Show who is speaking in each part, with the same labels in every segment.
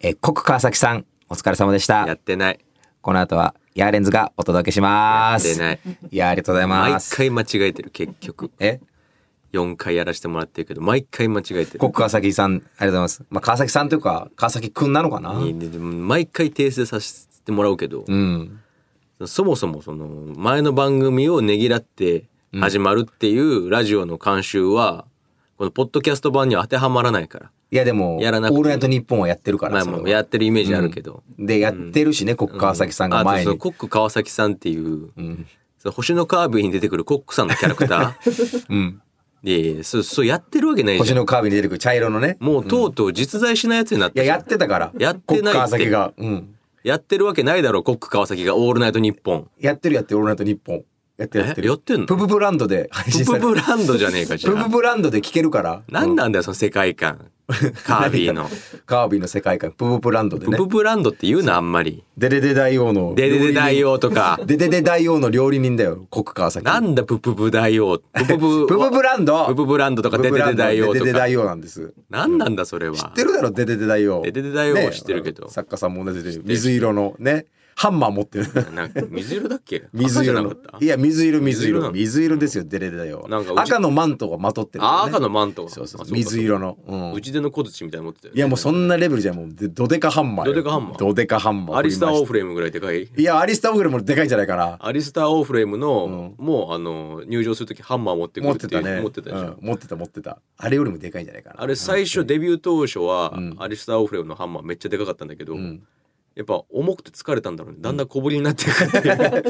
Speaker 1: えー、コク川崎さん、お疲れ様でし。
Speaker 2: やったてない。
Speaker 1: この後は、ヤーレンズがお届けしま
Speaker 2: やっ
Speaker 1: す。
Speaker 2: てない。
Speaker 1: いや、ありがとうございま
Speaker 2: 毎
Speaker 1: す。
Speaker 2: 回間違えてる、結局。
Speaker 1: え、
Speaker 2: 4回やらせてもらってるけど、毎回間違えてる
Speaker 1: コ。ク川崎さん、ありがとうございます。まあ、川崎さんというか、川崎くんなのかな。
Speaker 2: いやででも毎回訂正させてもらうけど、
Speaker 1: うん。
Speaker 2: そもそもその前の番組をねぎらって始まるっていうラジオの慣習は、このポッドキャスト版には当てはまらないから。
Speaker 1: いや、でも、
Speaker 2: やらなくて
Speaker 1: オ
Speaker 2: も
Speaker 1: ールナイトニッポンはやってるから。
Speaker 2: まあ
Speaker 1: それ
Speaker 2: まあ
Speaker 1: は
Speaker 2: やってるイメージあるけど。
Speaker 1: で、やってるしね、コク川崎さんが前
Speaker 2: あとその
Speaker 1: に。
Speaker 2: コック川崎さんっていう、その星のカービィに出てくるコックさんのキャラクター
Speaker 1: うん。
Speaker 2: いやいやそうそうやってるわけないじ
Speaker 1: 星
Speaker 2: ゃん
Speaker 1: のカービィに出てくる茶色のね。
Speaker 2: もうとうとう実在しないやつになっ
Speaker 1: いや、
Speaker 2: て
Speaker 1: やってたから。
Speaker 2: やって
Speaker 1: コ
Speaker 2: ないって
Speaker 1: ク川崎が。うん。
Speaker 2: やってるわけないだろコック川崎が「オールナイトニッポン
Speaker 1: やってるやってる、オールナイトニッポン。やってるやってる。
Speaker 2: えやってんの
Speaker 1: プブブランドで配」信
Speaker 2: プ
Speaker 1: され
Speaker 2: プ
Speaker 1: て
Speaker 2: ブランドじゃねえかじゃ
Speaker 1: プブ
Speaker 2: あ
Speaker 1: ブランドで聴けるから。
Speaker 2: 何なんだよその世 界観カービィの
Speaker 1: カービィの世界観、プブブランドで
Speaker 2: プ
Speaker 1: ね
Speaker 2: プ。ブランドって言うなあんまり
Speaker 1: デデデ大王の。
Speaker 2: デデデ大。王とか
Speaker 1: デデデ大王の料理人だよ、コク川崎。
Speaker 2: なんだププブ大王ププブ
Speaker 1: プブブランド
Speaker 2: ププブランドとか
Speaker 1: プ
Speaker 2: デ
Speaker 1: ブブ
Speaker 2: デ
Speaker 1: ラ
Speaker 2: デ
Speaker 1: ンドの
Speaker 2: 大王
Speaker 1: デ
Speaker 2: と
Speaker 1: デデ
Speaker 2: か
Speaker 1: 大王なんです。
Speaker 2: 何なんだそれは
Speaker 1: 知ってるだろ、デデデ大王。
Speaker 2: デデデ大王は知ってるけど
Speaker 1: ね作家さんも同じで、水色のね、ハンマー持 ってる。
Speaker 2: なんか水色だっけ
Speaker 1: 水色
Speaker 2: 赤
Speaker 1: の
Speaker 2: じゃなか。った
Speaker 1: いや、水色、水
Speaker 2: 水色な
Speaker 1: 色。
Speaker 2: の
Speaker 1: 水色ですよ、デレデだよ
Speaker 2: なんか。うち
Speaker 1: 赤のマントがまとってるからね、
Speaker 2: あ赤のマントが
Speaker 1: そうそうそ
Speaker 2: あ
Speaker 1: う。
Speaker 2: か
Speaker 1: 水色の。うん
Speaker 2: うちでの小槌みたいに持ってたよ、
Speaker 1: いや、もうそんなレベルじゃんもう、でドデカハンマーよ。
Speaker 2: ドデカハンマー
Speaker 1: ドデカハンマー。
Speaker 2: アリスター・オー
Speaker 1: フ。
Speaker 2: フレームぐらいでかい
Speaker 1: いや、アリスターオフレもでかいんじゃないかな。
Speaker 2: アリスター・オーフレームの、もうあの入場する時ハンマー持ってく
Speaker 1: 持
Speaker 2: る
Speaker 1: っ
Speaker 2: っててい
Speaker 1: た
Speaker 2: う
Speaker 1: ね。
Speaker 2: 持ってたじゃん、
Speaker 1: うん持ってた、持ってた。あれよりもでかいんじゃないかな。
Speaker 2: あれ最初デビュー当初は、アリスター・オーフレームのハンマーめっちゃでかかったんだけど、やっぱ重くて疲れたんだろうねだんだん小ぶりになっていくっていう、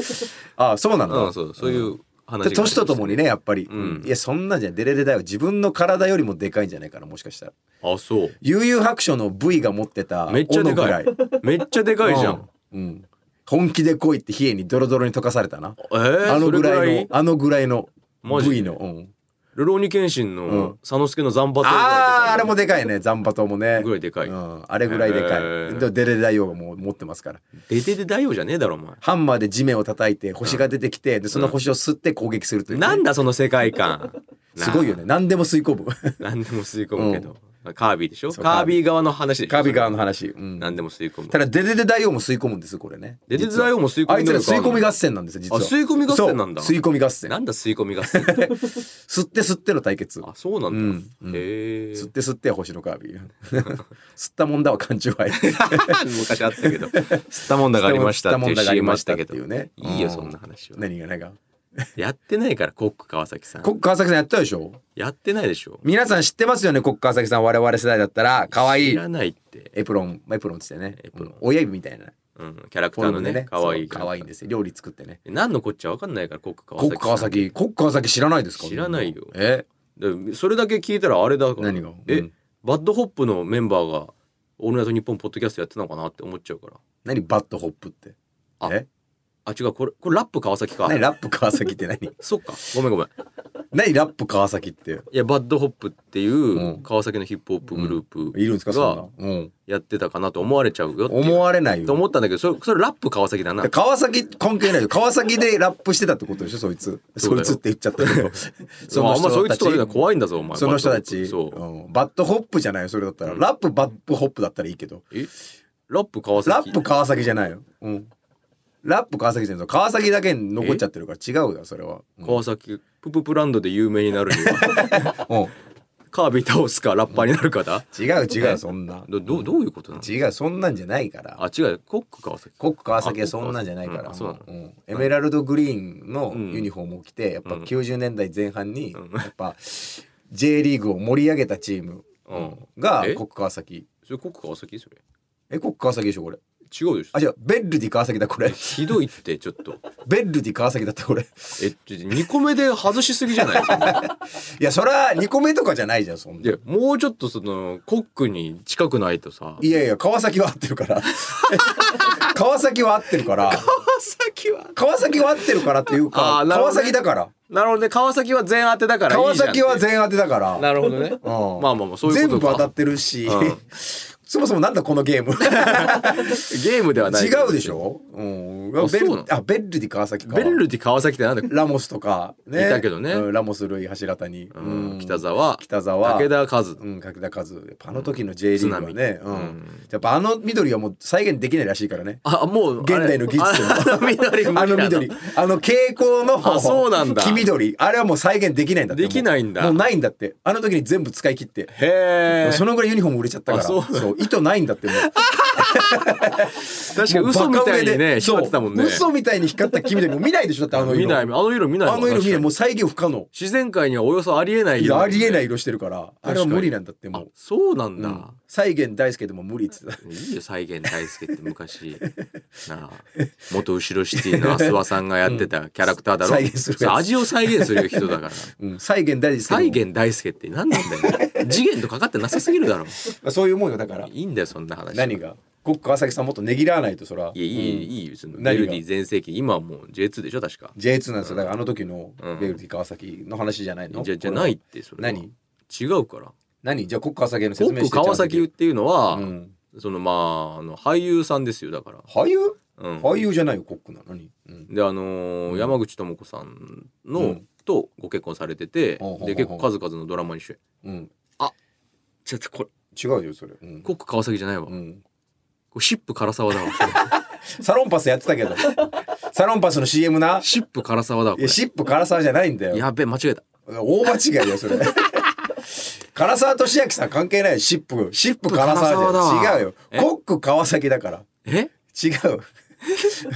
Speaker 1: あ、そうなんだ。
Speaker 2: うん、 そうそういう話
Speaker 1: で年ととも
Speaker 2: に
Speaker 1: にねやっぱり、いやそんなんじゃデレデだよ自分の体よりもでかいんじゃないかなもしかしたら
Speaker 2: あそう
Speaker 1: 悠々白書の V が持ってた
Speaker 2: めっちゃで
Speaker 1: 斧ぐ
Speaker 2: からいめっちゃでかいじゃん、
Speaker 1: うん、うん本気で来いって冷えにドロドロに溶かされたな、
Speaker 2: えー、
Speaker 1: あのぐ
Speaker 2: そ
Speaker 1: ら
Speaker 2: れ
Speaker 1: い
Speaker 2: ぐ
Speaker 1: のあのぐらいの
Speaker 2: マジで
Speaker 1: V の、うん、
Speaker 2: ルローニケンシンの佐之助の残波
Speaker 1: あああれも
Speaker 2: で
Speaker 1: でかいねザンバトもね
Speaker 2: ぐらいでかい
Speaker 1: うん、あれぐらいでかい、
Speaker 2: へー
Speaker 1: でデレデ大王がもう持ってますから
Speaker 2: 出てて大王じゃねえだろお前
Speaker 1: ハンマーで地面を叩いて星が出てきて、でその星を吸って攻撃するというね、
Speaker 2: なんだその世界観
Speaker 1: すごいよね何でも吸い込む
Speaker 2: な 何でも吸い込むけど、カービィでしょ
Speaker 1: そう
Speaker 2: カービィ側の話でしょ
Speaker 1: カービィ側の話、うん、
Speaker 2: 何でも吸い込む
Speaker 1: ただデデデ大王も吸い込むんですよこれね
Speaker 2: デデデ大王も吸い込み
Speaker 1: あいつら吸い込み合
Speaker 2: 戦
Speaker 1: 戦なんですよ実は
Speaker 2: あ吸い込み合戦なんだ
Speaker 1: そう吸い込み合戦
Speaker 2: なんだ吸い込み合戦って
Speaker 1: 吸って吸っての対決
Speaker 2: あそうなんだ、
Speaker 1: うんうん
Speaker 2: へえ
Speaker 1: 吸って吸って星のカービィ 吸ったもんだは勘違い吸
Speaker 2: 昔 あったけど吸ったもんだがありましたってい
Speaker 1: 吸ったもん
Speaker 2: う CM あったけど
Speaker 1: だがありましたっていうね
Speaker 2: いいよそんな話は
Speaker 1: 何が何が
Speaker 2: やってないからコック川崎さん
Speaker 1: コック川崎さんやったでしょ
Speaker 2: やってないでしょ
Speaker 1: 皆さん知ってますよねコック川崎さん我々世代だったら可愛
Speaker 2: 知
Speaker 1: い
Speaker 2: らないって、
Speaker 1: エプロンまあエプロンっつってね
Speaker 2: エプロン
Speaker 1: うん親指みたいな
Speaker 2: うん、キャラク
Speaker 1: フ
Speaker 2: タ
Speaker 1: ォ
Speaker 2: ー
Speaker 1: ル
Speaker 2: の
Speaker 1: ムで
Speaker 2: ね
Speaker 1: ね
Speaker 2: 可愛い
Speaker 1: そう可愛いんですよ料理作ってね
Speaker 2: 何のこっちゃわかんないからコック川
Speaker 1: コ
Speaker 2: 崎
Speaker 1: ッ
Speaker 2: さん
Speaker 1: ク川崎コック川崎知らないですか
Speaker 2: 知らないよ
Speaker 1: え
Speaker 2: でそれだけ聞いたらあれだから
Speaker 1: 何がうん
Speaker 2: えバッドホップのメンバーが「オールナイトニッポン」ポッドキャストやってたのかなって思っちゃうから
Speaker 1: 何バットホップって
Speaker 2: あ
Speaker 1: え
Speaker 2: あ違うこれこれラップ川崎か
Speaker 1: 何ラップ川崎って 何
Speaker 2: そっかごめんごめん
Speaker 1: 何ラップ川崎って
Speaker 2: いやバッドホップってい
Speaker 1: ん
Speaker 2: う川崎のヒップホップグルー
Speaker 1: いるんですか
Speaker 2: プが
Speaker 1: そんな、うん、
Speaker 2: やってたかなと思われちゃうよっていう
Speaker 1: 思われない
Speaker 2: と
Speaker 1: よ
Speaker 2: 思ったんだけどそれそれラップ川崎だな
Speaker 1: 川崎関係ないよ川崎でラップしてたってことでしょそいつそ
Speaker 2: そうだ
Speaker 1: い
Speaker 2: よ
Speaker 1: つって言っちゃったけど そ
Speaker 2: まあ
Speaker 1: の
Speaker 2: あんまそ
Speaker 1: 人
Speaker 2: い
Speaker 1: たち
Speaker 2: つとか言うのは怖いんだぞお前
Speaker 1: その人たち
Speaker 2: バッドホップそう
Speaker 1: うん、バットホップじゃないよそれだったら、ラップバットホップだったらいいけど
Speaker 2: えラップ川崎
Speaker 1: ラップ川崎じゃないよ、うん、ラップ川崎じゃない川崎だけ残っちゃってるから違うよそれは、うん
Speaker 2: 川崎プププランドで有名になる には
Speaker 1: うん、
Speaker 2: カービィ倒すかラッパーになるかだ
Speaker 1: 違う違うそんな
Speaker 2: どどうどういうことなの
Speaker 1: 違うそんなんじゃないから
Speaker 2: あ違うコック川崎
Speaker 1: コック川崎はそんなんじゃないか
Speaker 2: うん
Speaker 1: ら、
Speaker 2: あそうなの
Speaker 1: うんエメラルドグリーンのユニフォームを着て、やっぱ
Speaker 2: うん
Speaker 1: 90年代前半に、やっぱ J リーグを盛り上げたチーム
Speaker 2: うん
Speaker 1: が
Speaker 2: え
Speaker 1: コック川崎。
Speaker 2: それ国家川崎それ
Speaker 1: え、コック川崎でしょ、これ。
Speaker 2: 違うでしょ
Speaker 1: あ、違う、ベッルディ川崎だ、こ れ。
Speaker 2: ひどいってちょっと
Speaker 1: ベッルディ川崎だった、これ。
Speaker 2: えっと2個目で外しすぎじ ゃないですか
Speaker 1: いや、それは2個目とかじゃないじゃん、そんな。
Speaker 2: でもうちょっとそのコックに近くないとさ
Speaker 1: いやいや、川崎は合ってる から。川崎は合ってるから。
Speaker 2: 崎は
Speaker 1: 川崎は合ってるからっていう
Speaker 2: あ
Speaker 1: か、
Speaker 2: ーなるほ
Speaker 1: 川
Speaker 2: どね
Speaker 1: 崎だから。
Speaker 2: なるほどね川崎は全当てだからいいじ
Speaker 1: 川
Speaker 2: ゃんって
Speaker 1: 崎は全当てだから。
Speaker 2: なるほどね、
Speaker 1: うん
Speaker 2: まあまあまあそういうこと
Speaker 1: 全部当たっ
Speaker 2: か
Speaker 1: てるし、
Speaker 2: うん
Speaker 1: そもそもなんだこのゲーム
Speaker 2: ゲームではない
Speaker 1: 違うでしょ、うん、うんベ
Speaker 2: あそうな
Speaker 1: ル
Speaker 2: の
Speaker 1: あベルディ川崎か
Speaker 2: ベルルディ川崎ってなんだっけ
Speaker 1: ラモスとかね
Speaker 2: いたけどね
Speaker 1: うんラモス類柱谷
Speaker 2: うん
Speaker 1: うん
Speaker 2: 北沢
Speaker 1: 北沢
Speaker 2: 武田和
Speaker 1: うん、武田和也あの時の J リーグはね、う
Speaker 2: うんん
Speaker 1: やっぱあの緑はもう再現できないらしいからね
Speaker 2: あもう
Speaker 1: 現代の技術
Speaker 2: あれあの緑無理な
Speaker 1: あの緑あの蛍光の
Speaker 2: あそうなんだ
Speaker 1: 黄緑あれはもう再現できないんだって
Speaker 2: できないんだ
Speaker 1: もうもうないんだってあの時に全部使い切って
Speaker 2: へえ
Speaker 1: そのぐらいユニフォーム売れちゃったから
Speaker 2: あそう
Speaker 1: う糸ないんだってもう
Speaker 2: 確かに嘘みたいにね
Speaker 1: そう
Speaker 2: 光ってたもんね
Speaker 1: 嘘みたいに光った黄緑もう見ないでしょだってあの色
Speaker 2: 見ないあの色見ないもん
Speaker 1: あの色見な
Speaker 2: 確
Speaker 1: い
Speaker 2: かに
Speaker 1: もう再現不可能
Speaker 2: 自然界にはおよそありえない
Speaker 1: い
Speaker 2: 色
Speaker 1: や
Speaker 2: だも
Speaker 1: あ
Speaker 2: んね
Speaker 1: りえない色してるからあれは無理なんだっても
Speaker 2: あ
Speaker 1: う
Speaker 2: そうなんだ、
Speaker 1: うん再現大好きでも無理っつってた
Speaker 2: いいよ再現大輔って昔なあ元後ろシティの諏訪さんがやってたキャラクターだろ、
Speaker 1: 再現するやつ
Speaker 2: そう味を再現する人だ から
Speaker 1: うん再現大好きでも
Speaker 2: 再現大輔って何なんだよ次元とかかってなさすぎるだろ
Speaker 1: まあそういうもんよだから
Speaker 2: いいんだよそんな話
Speaker 1: 何がごっ川崎さんもっとねぎらわないとそら
Speaker 2: いやいい、
Speaker 1: うん
Speaker 2: いいよその
Speaker 1: 何が
Speaker 2: ベルディ全盛期今はもう J2 でしょ確か
Speaker 1: J2 なんですよだからあの時の
Speaker 2: うん
Speaker 1: ベルディ川崎の話じゃないの
Speaker 2: じゃじゃないってそれは
Speaker 1: 何
Speaker 2: 違うから
Speaker 1: 何じゃあ国家川崎の説
Speaker 2: コ
Speaker 1: 明
Speaker 2: ッ
Speaker 1: して
Speaker 2: ク
Speaker 1: ちゃんと
Speaker 2: 川崎っていうのは、
Speaker 1: うん
Speaker 2: そのまああの俳優さんですよだから、
Speaker 1: 俳優
Speaker 2: うん、
Speaker 1: 俳優じゃないよコックなのにうん
Speaker 2: であのー
Speaker 1: うん
Speaker 2: 山口智子さんの、
Speaker 1: うん
Speaker 2: とご結婚されてて、
Speaker 1: ほうほうほう
Speaker 2: で結構数々のドラマに主
Speaker 1: う
Speaker 2: 演
Speaker 1: ん
Speaker 2: ちょっとこれ
Speaker 1: 違うよそれうん
Speaker 2: コック川崎じゃないわ、
Speaker 1: う
Speaker 2: こ
Speaker 1: ん
Speaker 2: れシップ唐沢だわ
Speaker 1: サロンパスやってたけどサロンパスの CM な
Speaker 2: シップ唐沢だわ
Speaker 1: い
Speaker 2: これ
Speaker 1: やシップ唐沢じゃないんだよ
Speaker 2: やべえ間違えた
Speaker 1: 大間違いよそれ唐沢俊明さん関係ないよシップシップ唐
Speaker 2: シップ唐
Speaker 1: 沢
Speaker 2: 沢
Speaker 1: じ
Speaker 2: だ
Speaker 1: ゃ
Speaker 2: わ
Speaker 1: 違うよ
Speaker 2: え
Speaker 1: コック川崎だから
Speaker 2: え
Speaker 1: 違う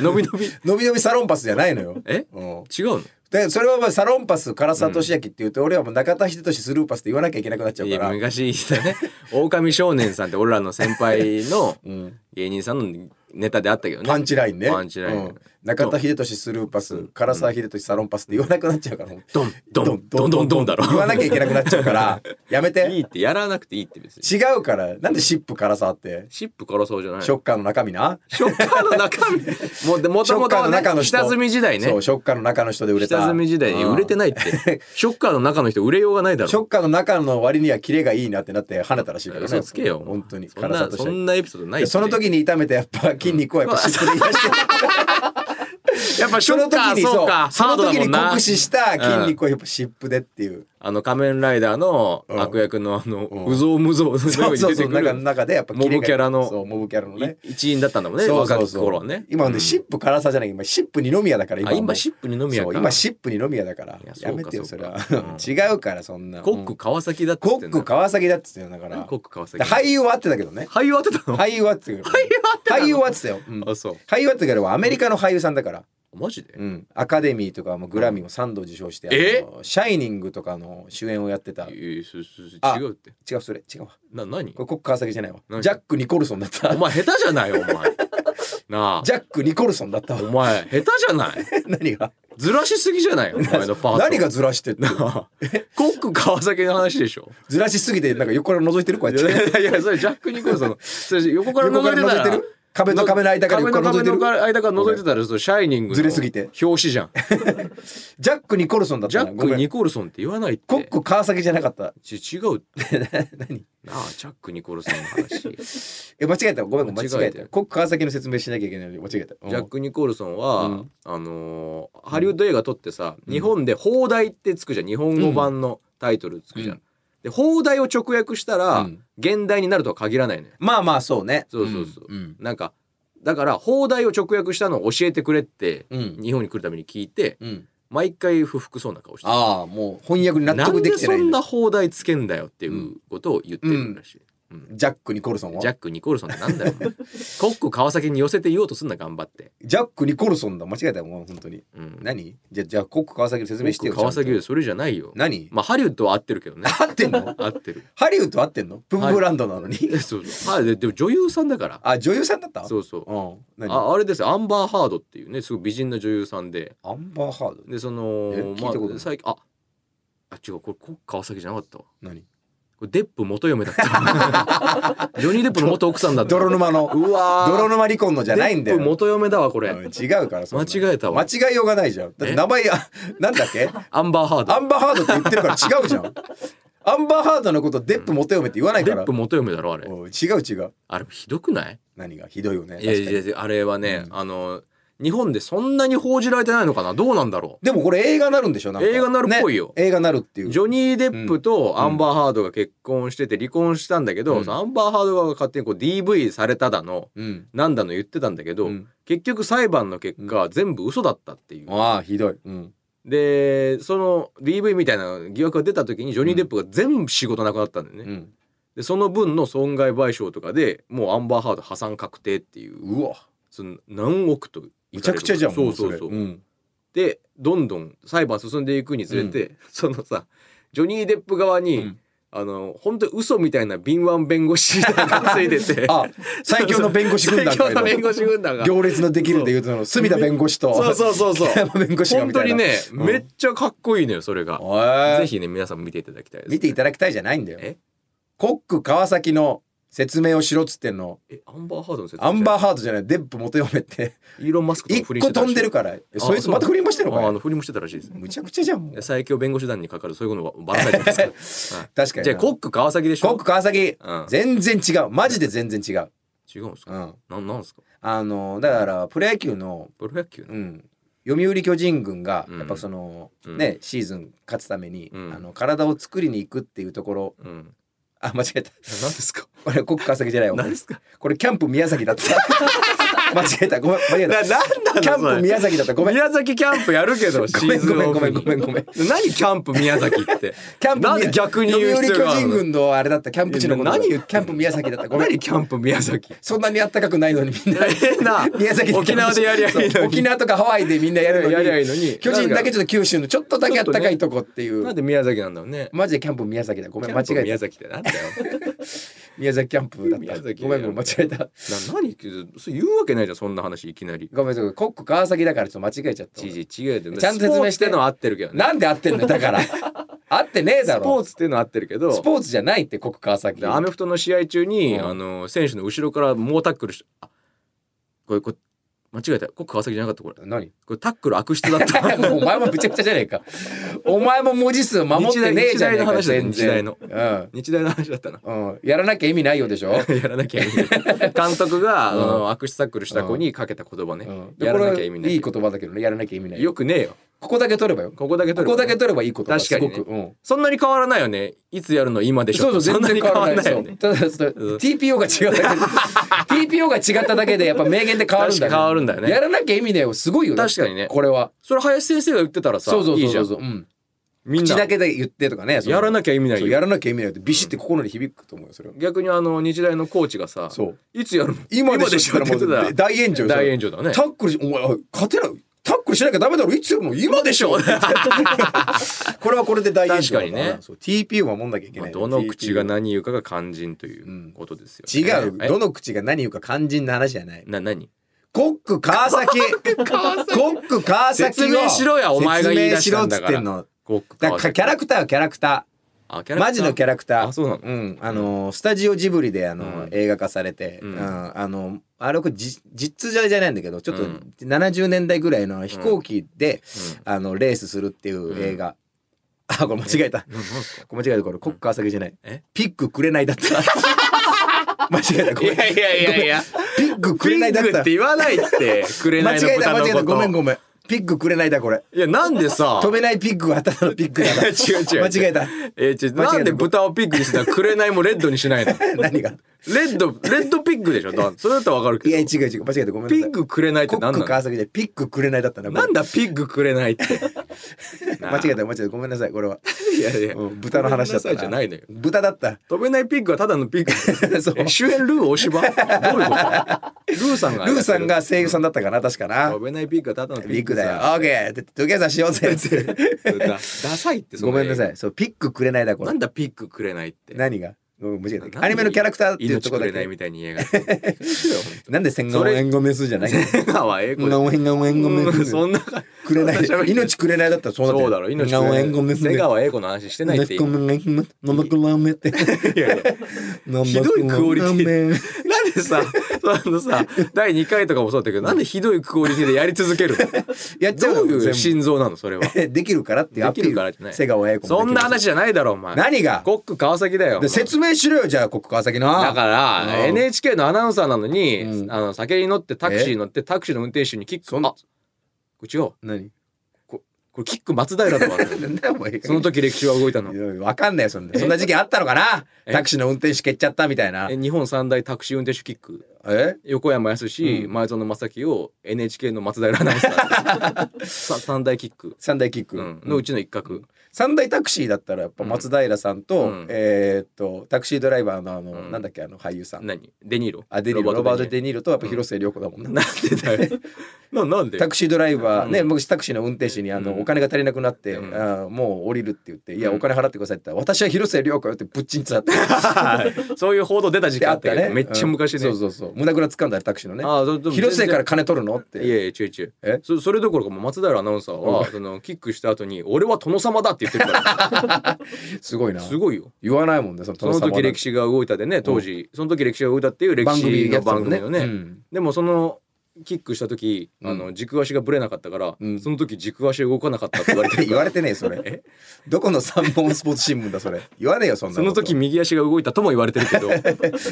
Speaker 2: のびのび
Speaker 1: のびのびサロンパスじゃないのよ。
Speaker 2: え
Speaker 1: うん、
Speaker 2: 違うの
Speaker 1: でそれはまあサロンパス唐沢俊明って言うと、俺はもう中田秀俊スルーパスって言わなきゃいけなくなっちゃう
Speaker 2: い
Speaker 1: か
Speaker 2: や
Speaker 1: ら。
Speaker 2: 昔いたね狼少年さんって俺らの先輩の
Speaker 1: うん、
Speaker 2: 芸人さんのネタであったけどね
Speaker 1: パンチラインね。
Speaker 2: パンチライン
Speaker 1: うん中田秀俊スルーパス唐沢秀俊サロンパスって言わなくなっちゃうから。
Speaker 2: ドンドンドンドンドンだろ
Speaker 1: 言わなきゃいけなくなっちゃう からやめ
Speaker 2: いい
Speaker 1: て
Speaker 2: ってやらなくていいって別に
Speaker 1: 違うからなんでシップ唐沢って
Speaker 2: シップ唐沢じゃないの
Speaker 1: ショッカーの中身な、
Speaker 2: ショッカーの中身もうでも
Speaker 1: シ
Speaker 2: と
Speaker 1: ョッ
Speaker 2: もと
Speaker 1: カーの
Speaker 2: はね
Speaker 1: 中の人
Speaker 2: 下積み時代ね
Speaker 1: そうショッカーの中の人で売れた
Speaker 2: 下積み時代に売れて
Speaker 1: な
Speaker 2: ない ってショッカーの中の人売れようがないだ
Speaker 1: ショ
Speaker 2: ろ
Speaker 1: ッカーの中の割にはキレがいいなってなって跳ねたらしいからね
Speaker 2: 嘘つけよ
Speaker 1: 本当に
Speaker 2: そん
Speaker 1: 唐沢
Speaker 2: な
Speaker 1: 俊
Speaker 2: そ
Speaker 1: 明
Speaker 2: んなエピソードない
Speaker 1: で
Speaker 2: って
Speaker 1: その時に痛めてやっぱ筋肉はやっぱしっくりが して、
Speaker 2: やっぱショッカーそうか
Speaker 1: そ
Speaker 2: ハ
Speaker 1: の
Speaker 2: ードだ
Speaker 1: 時
Speaker 2: も
Speaker 1: に
Speaker 2: んな
Speaker 1: 酷使した筋肉はやっぱ湿布でっていう、
Speaker 2: あの仮面ライダーの
Speaker 1: うん
Speaker 2: 悪役のあの
Speaker 1: うん
Speaker 2: うぞうむぞうの
Speaker 1: そ
Speaker 2: よう
Speaker 1: う
Speaker 2: に
Speaker 1: そう
Speaker 2: 出
Speaker 1: そう
Speaker 2: てく
Speaker 1: 中
Speaker 2: る
Speaker 1: の中でやっぱキレが
Speaker 2: モブキャラの
Speaker 1: そうモブキャラのね
Speaker 2: い一員だったんだもんね
Speaker 1: そう
Speaker 2: 若
Speaker 1: そう
Speaker 2: き頃は
Speaker 1: そう、
Speaker 2: ね
Speaker 1: 今は
Speaker 2: う
Speaker 1: ね
Speaker 2: ん
Speaker 1: シップ唐沢じゃない今シップ二宮だから今
Speaker 2: あ
Speaker 1: はもう
Speaker 2: 今シップ二宮
Speaker 1: そ
Speaker 2: か
Speaker 1: う今シップ二宮だから
Speaker 2: いやそうか
Speaker 1: やめてよそ
Speaker 2: そう
Speaker 1: れは
Speaker 2: か
Speaker 1: 違うからそんな
Speaker 2: コッ
Speaker 1: う
Speaker 2: ク
Speaker 1: ん
Speaker 2: 川崎だっつ
Speaker 1: コ
Speaker 2: って
Speaker 1: ッ
Speaker 2: んだ
Speaker 1: ク川崎だっつってよだから
Speaker 2: コック川崎
Speaker 1: で俳優は合ってたけどね
Speaker 2: 俳優当てたの
Speaker 1: 俳優は合ってたけど俳優は合ってたよ、うん
Speaker 2: あそう
Speaker 1: 俳優は合ってたけどアメリカの俳優さんだから
Speaker 2: マジで
Speaker 1: うん、アカデミーとかもグラミーも3度受賞して、
Speaker 2: え
Speaker 1: あのシャイニングとかの主演をやってた違
Speaker 2: えすすす
Speaker 1: あ
Speaker 2: 違うって
Speaker 1: うそれ違うわ
Speaker 2: な何
Speaker 1: これ国川崎じゃないわ
Speaker 2: 何
Speaker 1: ジャック・ニコルソンだった
Speaker 2: お前下手じゃないよ お前なあ
Speaker 1: ジャック・ニコルソンだった
Speaker 2: お
Speaker 1: わ
Speaker 2: 前下手じゃない
Speaker 1: 何が
Speaker 2: ずらしすぎじゃないよお前のパート
Speaker 1: 何がずらしてって
Speaker 2: なあ コック川崎の話で しょ
Speaker 1: ずらしすぎてなんか横から覗いてるこう
Speaker 2: い
Speaker 1: やって
Speaker 2: やいやそれジャック・ニコルソンのそれ横から
Speaker 1: 横
Speaker 2: 覗
Speaker 1: から
Speaker 2: い
Speaker 1: 覗
Speaker 2: てた
Speaker 1: いて
Speaker 2: ら
Speaker 1: る壁と壁の間から
Speaker 2: 壁
Speaker 1: 横
Speaker 2: の
Speaker 1: から覗いて
Speaker 2: 壁
Speaker 1: る
Speaker 2: の間から覗いてたらそうシャイニングの
Speaker 1: ずれすぎて
Speaker 2: 表紙じゃん
Speaker 1: ジャック・ニコルソンだっ
Speaker 2: ジ
Speaker 1: た
Speaker 2: ャ
Speaker 1: な
Speaker 2: ッ
Speaker 1: ご
Speaker 2: ク・
Speaker 1: めん
Speaker 2: ニコルソンって言わないって
Speaker 1: コック川崎じゃなかった
Speaker 2: ち違うって
Speaker 1: 何
Speaker 2: なあジャック・ニコルソンの話ジ
Speaker 1: え間違えたごめんごめん間違
Speaker 2: 間違
Speaker 1: え
Speaker 2: え
Speaker 1: た
Speaker 2: てる
Speaker 1: コック川崎の説明しなきゃいけないのに間違えた、うん
Speaker 2: ャック・ニコルソンは、
Speaker 1: うん
Speaker 2: あのーハリウッド映画撮ってさ、日本で放題ってつくじゃん日本語版のタイトルつくじゃん、
Speaker 1: うん
Speaker 2: で放題を直訳したら、
Speaker 1: うん
Speaker 2: 現代になるとは限らないのよ
Speaker 1: まあまあそうね
Speaker 2: そうそうそう
Speaker 1: うん
Speaker 2: なんかだから放題を直訳したのを教えてくれって
Speaker 1: うん、
Speaker 2: 日本に来るために聞いて
Speaker 1: うん
Speaker 2: 毎回不服そうな顔してる
Speaker 1: ああもう翻訳に納
Speaker 2: なん
Speaker 1: 得で
Speaker 2: で
Speaker 1: きてな
Speaker 2: そ
Speaker 1: い
Speaker 2: んな放題つけんだよっていうことを言ってるらしい、うん
Speaker 1: ジャック・ニコルソンは
Speaker 2: ジャック・ニコルソンってな んだよお前コック川崎に寄せて言おうとすんな頑張って、
Speaker 1: ジャック・ニコルソンだ間違えたよもう本当に
Speaker 2: うん、
Speaker 1: 何じゃじゃあコック川崎の説
Speaker 2: コ
Speaker 1: 明して
Speaker 2: ッ
Speaker 1: よ
Speaker 2: ク川崎
Speaker 1: ちゃん
Speaker 2: で
Speaker 1: と
Speaker 2: それじゃないよ
Speaker 1: 何
Speaker 2: まあハリウッドは合ってるけどね
Speaker 1: 合ってんの
Speaker 2: 合っ てる
Speaker 1: ハリウッド合ってんのプンブランドなのに、
Speaker 2: えそうそうあででも女優さんだから
Speaker 1: あ女優さんだった
Speaker 2: そううそう
Speaker 1: うん何
Speaker 2: ああれですよアンバー・ハードっていうねすごい美人な女優さんで
Speaker 1: アンバーハード
Speaker 2: でそ
Speaker 1: え聞
Speaker 2: の
Speaker 1: いたことない
Speaker 2: まあ、最近ああ違うこれこ川崎じゃなかったわ
Speaker 1: 何
Speaker 2: これデップ元嫁 だったジョニー・デップの元奥さんだった
Speaker 1: 泥沼の
Speaker 2: うわー
Speaker 1: 泥沼離婚のじゃないんだよ
Speaker 2: デップ元嫁だわこれ、
Speaker 1: うん違うからそんな
Speaker 2: 間違えたわ
Speaker 1: 間違いようがないじゃんだって名前あなんだっけ
Speaker 2: アンバー・ハード
Speaker 1: アンバーハードって言ってるから違うじゃんアンバーハードのことデップ元嫁って言わないか
Speaker 2: デ
Speaker 1: ら
Speaker 2: ップ元嫁だろあれ
Speaker 1: おい違う違う
Speaker 2: あれひどくない
Speaker 1: 何がひどいよね
Speaker 2: いや
Speaker 1: 確か
Speaker 2: いや
Speaker 1: に
Speaker 2: いやあれはね、
Speaker 1: うん
Speaker 2: あの日本でそんなに報じられてないのかなどうなんだろ
Speaker 1: でもこれ映画なるんでしょなんか
Speaker 2: 映画なるっぽいよ
Speaker 1: ね映画なるっていうう
Speaker 2: ジョニー・デップとアンバー・ハードが結婚してて離婚したんだけど、
Speaker 1: うん
Speaker 2: そのアンバー・ハード側が勝手にこう DV されただの
Speaker 1: うん
Speaker 2: なんだの言ってたんだけど、
Speaker 1: うん
Speaker 2: 結局裁判の結果、全部嘘だったっていう
Speaker 1: ああひどいうん
Speaker 2: でその DV みたいな疑惑が出た時にジョニー・デップが全部仕事なくなったんだよね、
Speaker 1: うん
Speaker 2: でその分の損害賠償とかでもうアンバー・ハード破産確定っていう
Speaker 1: うわ
Speaker 2: その何億とい
Speaker 1: むち
Speaker 2: か
Speaker 1: ゃ
Speaker 2: れる
Speaker 1: くちゃじゃん
Speaker 2: そ
Speaker 1: も
Speaker 2: うそう
Speaker 1: れ
Speaker 2: そう、
Speaker 1: ん
Speaker 2: でどんどん裁判進んでいくにつれて、そのさジョニー・デップ側に、
Speaker 1: うん
Speaker 2: あの本当嘘みたいな敏腕弁護士みたいなのがついて て
Speaker 1: あ最強の弁護士軍団
Speaker 2: 最強の
Speaker 1: がい
Speaker 2: 弁
Speaker 1: る
Speaker 2: 護士軍団が
Speaker 1: 行列のできるでいうとその隅田弁護士と
Speaker 2: そうそうそうそう
Speaker 1: 北山弁護士が
Speaker 2: 本
Speaker 1: み
Speaker 2: 当
Speaker 1: たい
Speaker 2: に
Speaker 1: な
Speaker 2: ね、
Speaker 1: うん
Speaker 2: めっちゃかっこいいのよそれが、
Speaker 1: おー
Speaker 2: ぜひね皆さんも見ていただきたいです、
Speaker 1: 見ていただきたいじゃないんだよ
Speaker 2: え
Speaker 1: コック川崎の説明をしろっつってんの
Speaker 2: えアンバー・ハードの説明
Speaker 1: アンバーハードじゃないデップ元嫁 って
Speaker 2: イーロン・マスクと
Speaker 1: 一
Speaker 2: も不
Speaker 1: 個
Speaker 2: 倫
Speaker 1: 飛ん
Speaker 2: してたらしい
Speaker 1: でるからえそいつまた不倫もしてるの
Speaker 2: ああ
Speaker 1: か
Speaker 2: の
Speaker 1: よ
Speaker 2: 不倫もしてたらしいです
Speaker 1: むちゃくちゃじゃんもう
Speaker 2: で最強弁護士団にかかるそういうのはばらされてますから、はい
Speaker 1: 確かに
Speaker 2: じゃあコック川崎でしょ
Speaker 1: コック川崎
Speaker 2: うん
Speaker 1: 全然違うマジで全然違う
Speaker 2: 違うんですか、
Speaker 1: うん
Speaker 2: なんなんですか
Speaker 1: あのだからプロ野球の
Speaker 2: プロ野球の、
Speaker 1: うん読売巨人軍が
Speaker 2: うん
Speaker 1: やっぱその
Speaker 2: うん
Speaker 1: ねシーズン勝つために
Speaker 2: うん
Speaker 1: あの体を作りに行くっていうところ
Speaker 2: うん、な
Speaker 1: あ間違えた
Speaker 2: なんです か
Speaker 1: これコック川崎じゃないわ
Speaker 2: 何ですか
Speaker 1: これキャンプ宮崎だった 間違えたごめん間違えた
Speaker 2: なん
Speaker 1: キャンプ宮崎だったごめん
Speaker 2: 宮崎キャンプやるけどシ
Speaker 1: ごめ
Speaker 2: ー
Speaker 1: ん
Speaker 2: ズンオフに
Speaker 1: ごめんごめんごめん
Speaker 2: 何キャンプ宮崎って
Speaker 1: キャンプ
Speaker 2: なんで逆に言う必要が
Speaker 1: 読売
Speaker 2: ある
Speaker 1: 巨人
Speaker 2: の
Speaker 1: 軍のあれだったキャンプ地のことだ
Speaker 2: いや何言ってん
Speaker 1: キャ
Speaker 2: の
Speaker 1: ンプ宮崎だったごめん
Speaker 2: 何キャンプ宮崎
Speaker 1: そんなにあったかくないのにみんな
Speaker 2: 大変な
Speaker 1: 宮崎
Speaker 2: 沖縄でやりゃいいのに
Speaker 1: そう沖縄とかハワイでみんなやるのに
Speaker 2: やりゃいいのに
Speaker 1: 巨人だけちょっと九州のちょっとだけあったかいとこってい
Speaker 2: なん
Speaker 1: う、
Speaker 2: で宮崎なんだろうね
Speaker 1: マジでキャンプ宮崎だごめん間違
Speaker 2: キャンプ
Speaker 1: え
Speaker 2: 宮
Speaker 1: た
Speaker 2: 崎ってなんだよ
Speaker 1: 宮崎キャンプだ
Speaker 2: 宮
Speaker 1: った
Speaker 2: 崎
Speaker 1: ごめんごめん間違えた
Speaker 2: な何そう言うわけないじゃんそんな話いきなり
Speaker 1: ごめんごめんコック川崎だからちょっと間違えちゃった
Speaker 2: ちいちい違うよ
Speaker 1: ちゃんと説明して
Speaker 2: スポーツってのは合ってるけどね
Speaker 1: なんで合ってんのだから 合ってねえだ
Speaker 2: スポー
Speaker 1: ろ
Speaker 2: ツっていうのは合ってるけど
Speaker 1: スポーツじゃないってコック川崎
Speaker 2: でアメフトの試合中に、
Speaker 1: うん
Speaker 2: あの選手の後ろから猛タックルしあこれこれ間違えたこれ川崎じゃなかったこれ
Speaker 1: 何
Speaker 2: これタックル悪質だった
Speaker 1: お前もぶちゃくちゃじゃねえか。お前も文字数守ってねえじゃねえか。
Speaker 2: 日大
Speaker 1: 全
Speaker 2: 日大
Speaker 1: 然。
Speaker 2: の話
Speaker 1: うん。
Speaker 2: 日大の話だった な
Speaker 1: うん、やらなきゃ意味ないようでしょ、
Speaker 2: やらなきゃ意味ない 監督が、あ
Speaker 1: う
Speaker 2: の悪質タックルした子にかけた言葉ね、
Speaker 1: うん、で
Speaker 2: や
Speaker 1: こ
Speaker 2: ら
Speaker 1: れ
Speaker 2: な
Speaker 1: は
Speaker 2: きゃ
Speaker 1: い
Speaker 2: 意味ない
Speaker 1: い言葉だけどねやらなきゃ意味ない
Speaker 2: よくねえよ
Speaker 1: ここだけ取ればよこ
Speaker 2: ここだけ取る
Speaker 1: こだけ取ればいい言葉
Speaker 2: 確かにね
Speaker 1: すごく、うん、
Speaker 2: そんなに変わらないよねいつやるの今でしょ
Speaker 1: そうそう全
Speaker 2: んな
Speaker 1: 然
Speaker 2: に
Speaker 1: 変わらない
Speaker 2: よ
Speaker 1: よ、
Speaker 2: ね
Speaker 1: ただその TPO が違う だけで TPO が違っただけでやっぱ名言って変わるんだ
Speaker 2: 確か変わるんだよね
Speaker 1: やらなきゃ意味ないよすごいよ
Speaker 2: 確かにね
Speaker 1: これは
Speaker 2: それ林先生が言ってたらさ
Speaker 1: そうそうそ
Speaker 2: いいうじゃ
Speaker 1: そうんそううん
Speaker 2: みん
Speaker 1: 口
Speaker 2: な
Speaker 1: だけで言ってとかねその
Speaker 2: やらなきゃ意味ない
Speaker 1: そ
Speaker 2: よ
Speaker 1: うやらなきゃ意味ないよってビシって心に響くと思うよそれは
Speaker 2: 逆にあの日大のコーチがさ
Speaker 1: そう
Speaker 2: いつやるの
Speaker 1: 今でしょ
Speaker 2: 今でしょって言ってた
Speaker 1: 大炎上よそれ
Speaker 2: 大炎上だね
Speaker 1: タックルしお前あ勝てないタックルしなきゃダメだろいつやるの今でしょ これはこれで大炎上だ
Speaker 2: 確かにね
Speaker 1: そう TPU 守んなきゃいけ
Speaker 2: ま
Speaker 1: な
Speaker 2: あ
Speaker 1: い、
Speaker 2: どの口が
Speaker 1: TPU
Speaker 2: 何言うかが肝心ということですよ、ね
Speaker 1: 違う
Speaker 2: え
Speaker 1: どの口が何言うか肝心な話じゃない
Speaker 2: な何
Speaker 1: コック川崎コック川崎を
Speaker 2: 説明しろやお前が言い出したんだから
Speaker 1: 説明しろっつってんの
Speaker 2: コック
Speaker 1: だからキャラクターはキャラクタ
Speaker 2: あキャ
Speaker 1: ー
Speaker 2: ラクター
Speaker 1: マジのキャラクター
Speaker 2: あそうなの
Speaker 1: んあのースタジオジブリであのー、
Speaker 2: うん
Speaker 1: 映画化されて、
Speaker 2: う
Speaker 1: うんんあのーあれこれじ実じゃじゃないんだけどちょっと
Speaker 2: うん
Speaker 1: 70年代ぐらいの飛行機で、あのレースするっていう映画、 あこれ間違えた
Speaker 2: うんななんすか
Speaker 1: これ間違えたこれコック川崎じゃない
Speaker 2: え
Speaker 1: ピックくれないだった 間違えたこ
Speaker 2: い
Speaker 1: れ
Speaker 2: やいやいやいや
Speaker 1: ピッ クく
Speaker 2: ピ
Speaker 1: れない
Speaker 2: ン
Speaker 1: だっ
Speaker 2: ク
Speaker 1: た
Speaker 2: って言わないってくれ
Speaker 1: 間
Speaker 2: ないの
Speaker 1: 違えた
Speaker 2: 豚の
Speaker 1: 間違え
Speaker 2: こ
Speaker 1: た
Speaker 2: と
Speaker 1: ごめんごめんピックくれないだこれ
Speaker 2: いやなんでさ
Speaker 1: 飛べないピックがただのピックだな
Speaker 2: 違う違う
Speaker 1: 間違えた
Speaker 2: えーちょ
Speaker 1: 間違えた
Speaker 2: なんで豚をピッグにしたらくれないもレッドにしないの
Speaker 1: 何が
Speaker 2: レッドレッドピッグでしょだそれだったらわかる
Speaker 1: いや違
Speaker 2: け
Speaker 1: う
Speaker 2: ど
Speaker 1: 違う間違えたごめんなさい
Speaker 2: ピッグくれないって
Speaker 1: コ
Speaker 2: 何
Speaker 1: ッ
Speaker 2: な
Speaker 1: ク
Speaker 2: の
Speaker 1: 川崎でピックくれないだったなこれ
Speaker 2: なんだピッグくれな いって
Speaker 1: 間違えた間違えたごめんなさいこれは、
Speaker 2: いやいや
Speaker 1: うん豚の話だった
Speaker 2: ごめんなさいじゃないのよ
Speaker 1: 豚だった
Speaker 2: 飛べないピッグはただのピッグ
Speaker 1: そう
Speaker 2: え主演ルー大芝ど ういうことルーさんが
Speaker 1: ルーさんが声優さんだったかな確かな
Speaker 2: 飛べないピッグはただのピ
Speaker 1: ピ
Speaker 2: ッ
Speaker 1: ック
Speaker 2: グ
Speaker 1: だよ
Speaker 2: さ
Speaker 1: オーケーって土下座しようぜ って
Speaker 2: だダサ いってそ
Speaker 1: ご
Speaker 2: の
Speaker 1: めんなさ
Speaker 2: 映
Speaker 1: いそうピックくれないだこ
Speaker 2: 画な
Speaker 1: れ
Speaker 2: んだピッグくれないって
Speaker 1: 何がごめん間違え
Speaker 2: な
Speaker 1: たアニメのキャラクターっていうところ
Speaker 2: 命
Speaker 1: だ
Speaker 2: くれない
Speaker 1: け
Speaker 2: みたいに映画 そ
Speaker 1: なんで戦
Speaker 2: そ
Speaker 1: 後
Speaker 2: れ
Speaker 1: 援護メスじゃない
Speaker 2: れは英語
Speaker 1: 戦 後援護
Speaker 2: うん
Speaker 1: メス
Speaker 2: そんな
Speaker 1: くれない
Speaker 2: そん喋り
Speaker 1: 命くれないだったらそうなって
Speaker 2: そうだろ命くれ
Speaker 1: 援護
Speaker 2: な
Speaker 1: メ
Speaker 2: い
Speaker 1: ス
Speaker 2: 瀬川英子の話してないって今
Speaker 1: 飲むくらめって
Speaker 2: いやいやひどいクオリティ
Speaker 1: 飲むくらめ
Speaker 2: なんででさあのさ第2回とかもそうだったけどなんでひどいクオリティでやり 続ける
Speaker 1: やっちゃ
Speaker 2: の
Speaker 1: う
Speaker 2: ど
Speaker 1: の
Speaker 2: ういう
Speaker 1: 全
Speaker 2: 心臓なのそれは
Speaker 1: 部できるからっていうアピ
Speaker 2: でき
Speaker 1: ール
Speaker 2: るからじゃない
Speaker 1: 瀬川栄子も
Speaker 2: そんな
Speaker 1: できる
Speaker 2: 話じゃないだろお前
Speaker 1: 何が
Speaker 2: コック川崎だよ
Speaker 1: で説明しろよじゃあ国川崎の
Speaker 2: だから、
Speaker 1: うん
Speaker 2: NHK のアナウンサーなのに、
Speaker 1: うん
Speaker 2: あの酒に乗ってタクシーに乗ってタクシーの運転手にキックあこれ違うこ
Speaker 1: 何
Speaker 2: れキック松平とか ある
Speaker 1: なんだよお前
Speaker 2: その時歴史は動いたの
Speaker 1: いやわかんないよそんなそんな事件あったのかな
Speaker 2: え
Speaker 1: タクシーの運転手蹴っちゃったみたいな
Speaker 2: え日本三大タクシー運転手キック
Speaker 1: え
Speaker 2: 横山康史、
Speaker 1: うん
Speaker 2: 前園正樹を NHK の松平アナウンサ ーさ三大キック、
Speaker 1: 三大キック、
Speaker 2: うん、のうちの一角、
Speaker 1: 三大タクシーだったらやっぱ松平さんと、
Speaker 2: うん
Speaker 1: えーっとタクシードライバーのあの、
Speaker 2: うん
Speaker 1: なんだっけあの俳優さん、
Speaker 2: 何デニーロ
Speaker 1: あデニーロロバート・
Speaker 2: ニ
Speaker 1: デニーロとやっぱ広末涼子だもんな、
Speaker 2: ーロなん でだよななんで
Speaker 1: タクシードライバー、ね
Speaker 2: うん
Speaker 1: 僕タクシーの運転手にあの、
Speaker 2: うん
Speaker 1: お金が足りなくなって、
Speaker 2: うん
Speaker 1: あーもう降りるって言って「いや
Speaker 2: うん
Speaker 1: お金払ってください」って言ったら「私は広末涼子よ」ってぶっちん つあって
Speaker 2: そういう報道出た時期あったけど、
Speaker 1: ね
Speaker 2: めっちゃ昔ね、
Speaker 1: うんそうそうそう胸ぐらつかんだよタクシーのね
Speaker 2: ああそうでも
Speaker 1: 広末
Speaker 2: 全然
Speaker 1: から金取るのっ
Speaker 2: い
Speaker 1: て
Speaker 2: やいや違う違う
Speaker 1: え
Speaker 2: そそれどころかもう松平アナウンサーはそのキックした後に「俺は殿様だ」って言ってる か
Speaker 1: すごい
Speaker 2: ら
Speaker 1: な
Speaker 2: すごいよ
Speaker 1: 言わないもんねその
Speaker 2: その時歴
Speaker 1: 史
Speaker 2: 史が動いたでね当時その時歴史が動いたっていう歴
Speaker 1: 番
Speaker 2: 史
Speaker 1: 組やって
Speaker 2: の
Speaker 1: た
Speaker 2: 番
Speaker 1: もん
Speaker 2: 組
Speaker 1: ね
Speaker 2: のね、
Speaker 1: うん
Speaker 2: でもそのキックした時あの軸足がぶれなかったから、
Speaker 1: うん
Speaker 2: その時軸足動かなかったって言われてるか
Speaker 1: 言
Speaker 2: ら
Speaker 1: われてねえそ れどこの三本スポーツ新聞だそれ言わねえ よそんな
Speaker 2: そ
Speaker 1: こと
Speaker 2: の時右足が動いたとも言われてるけど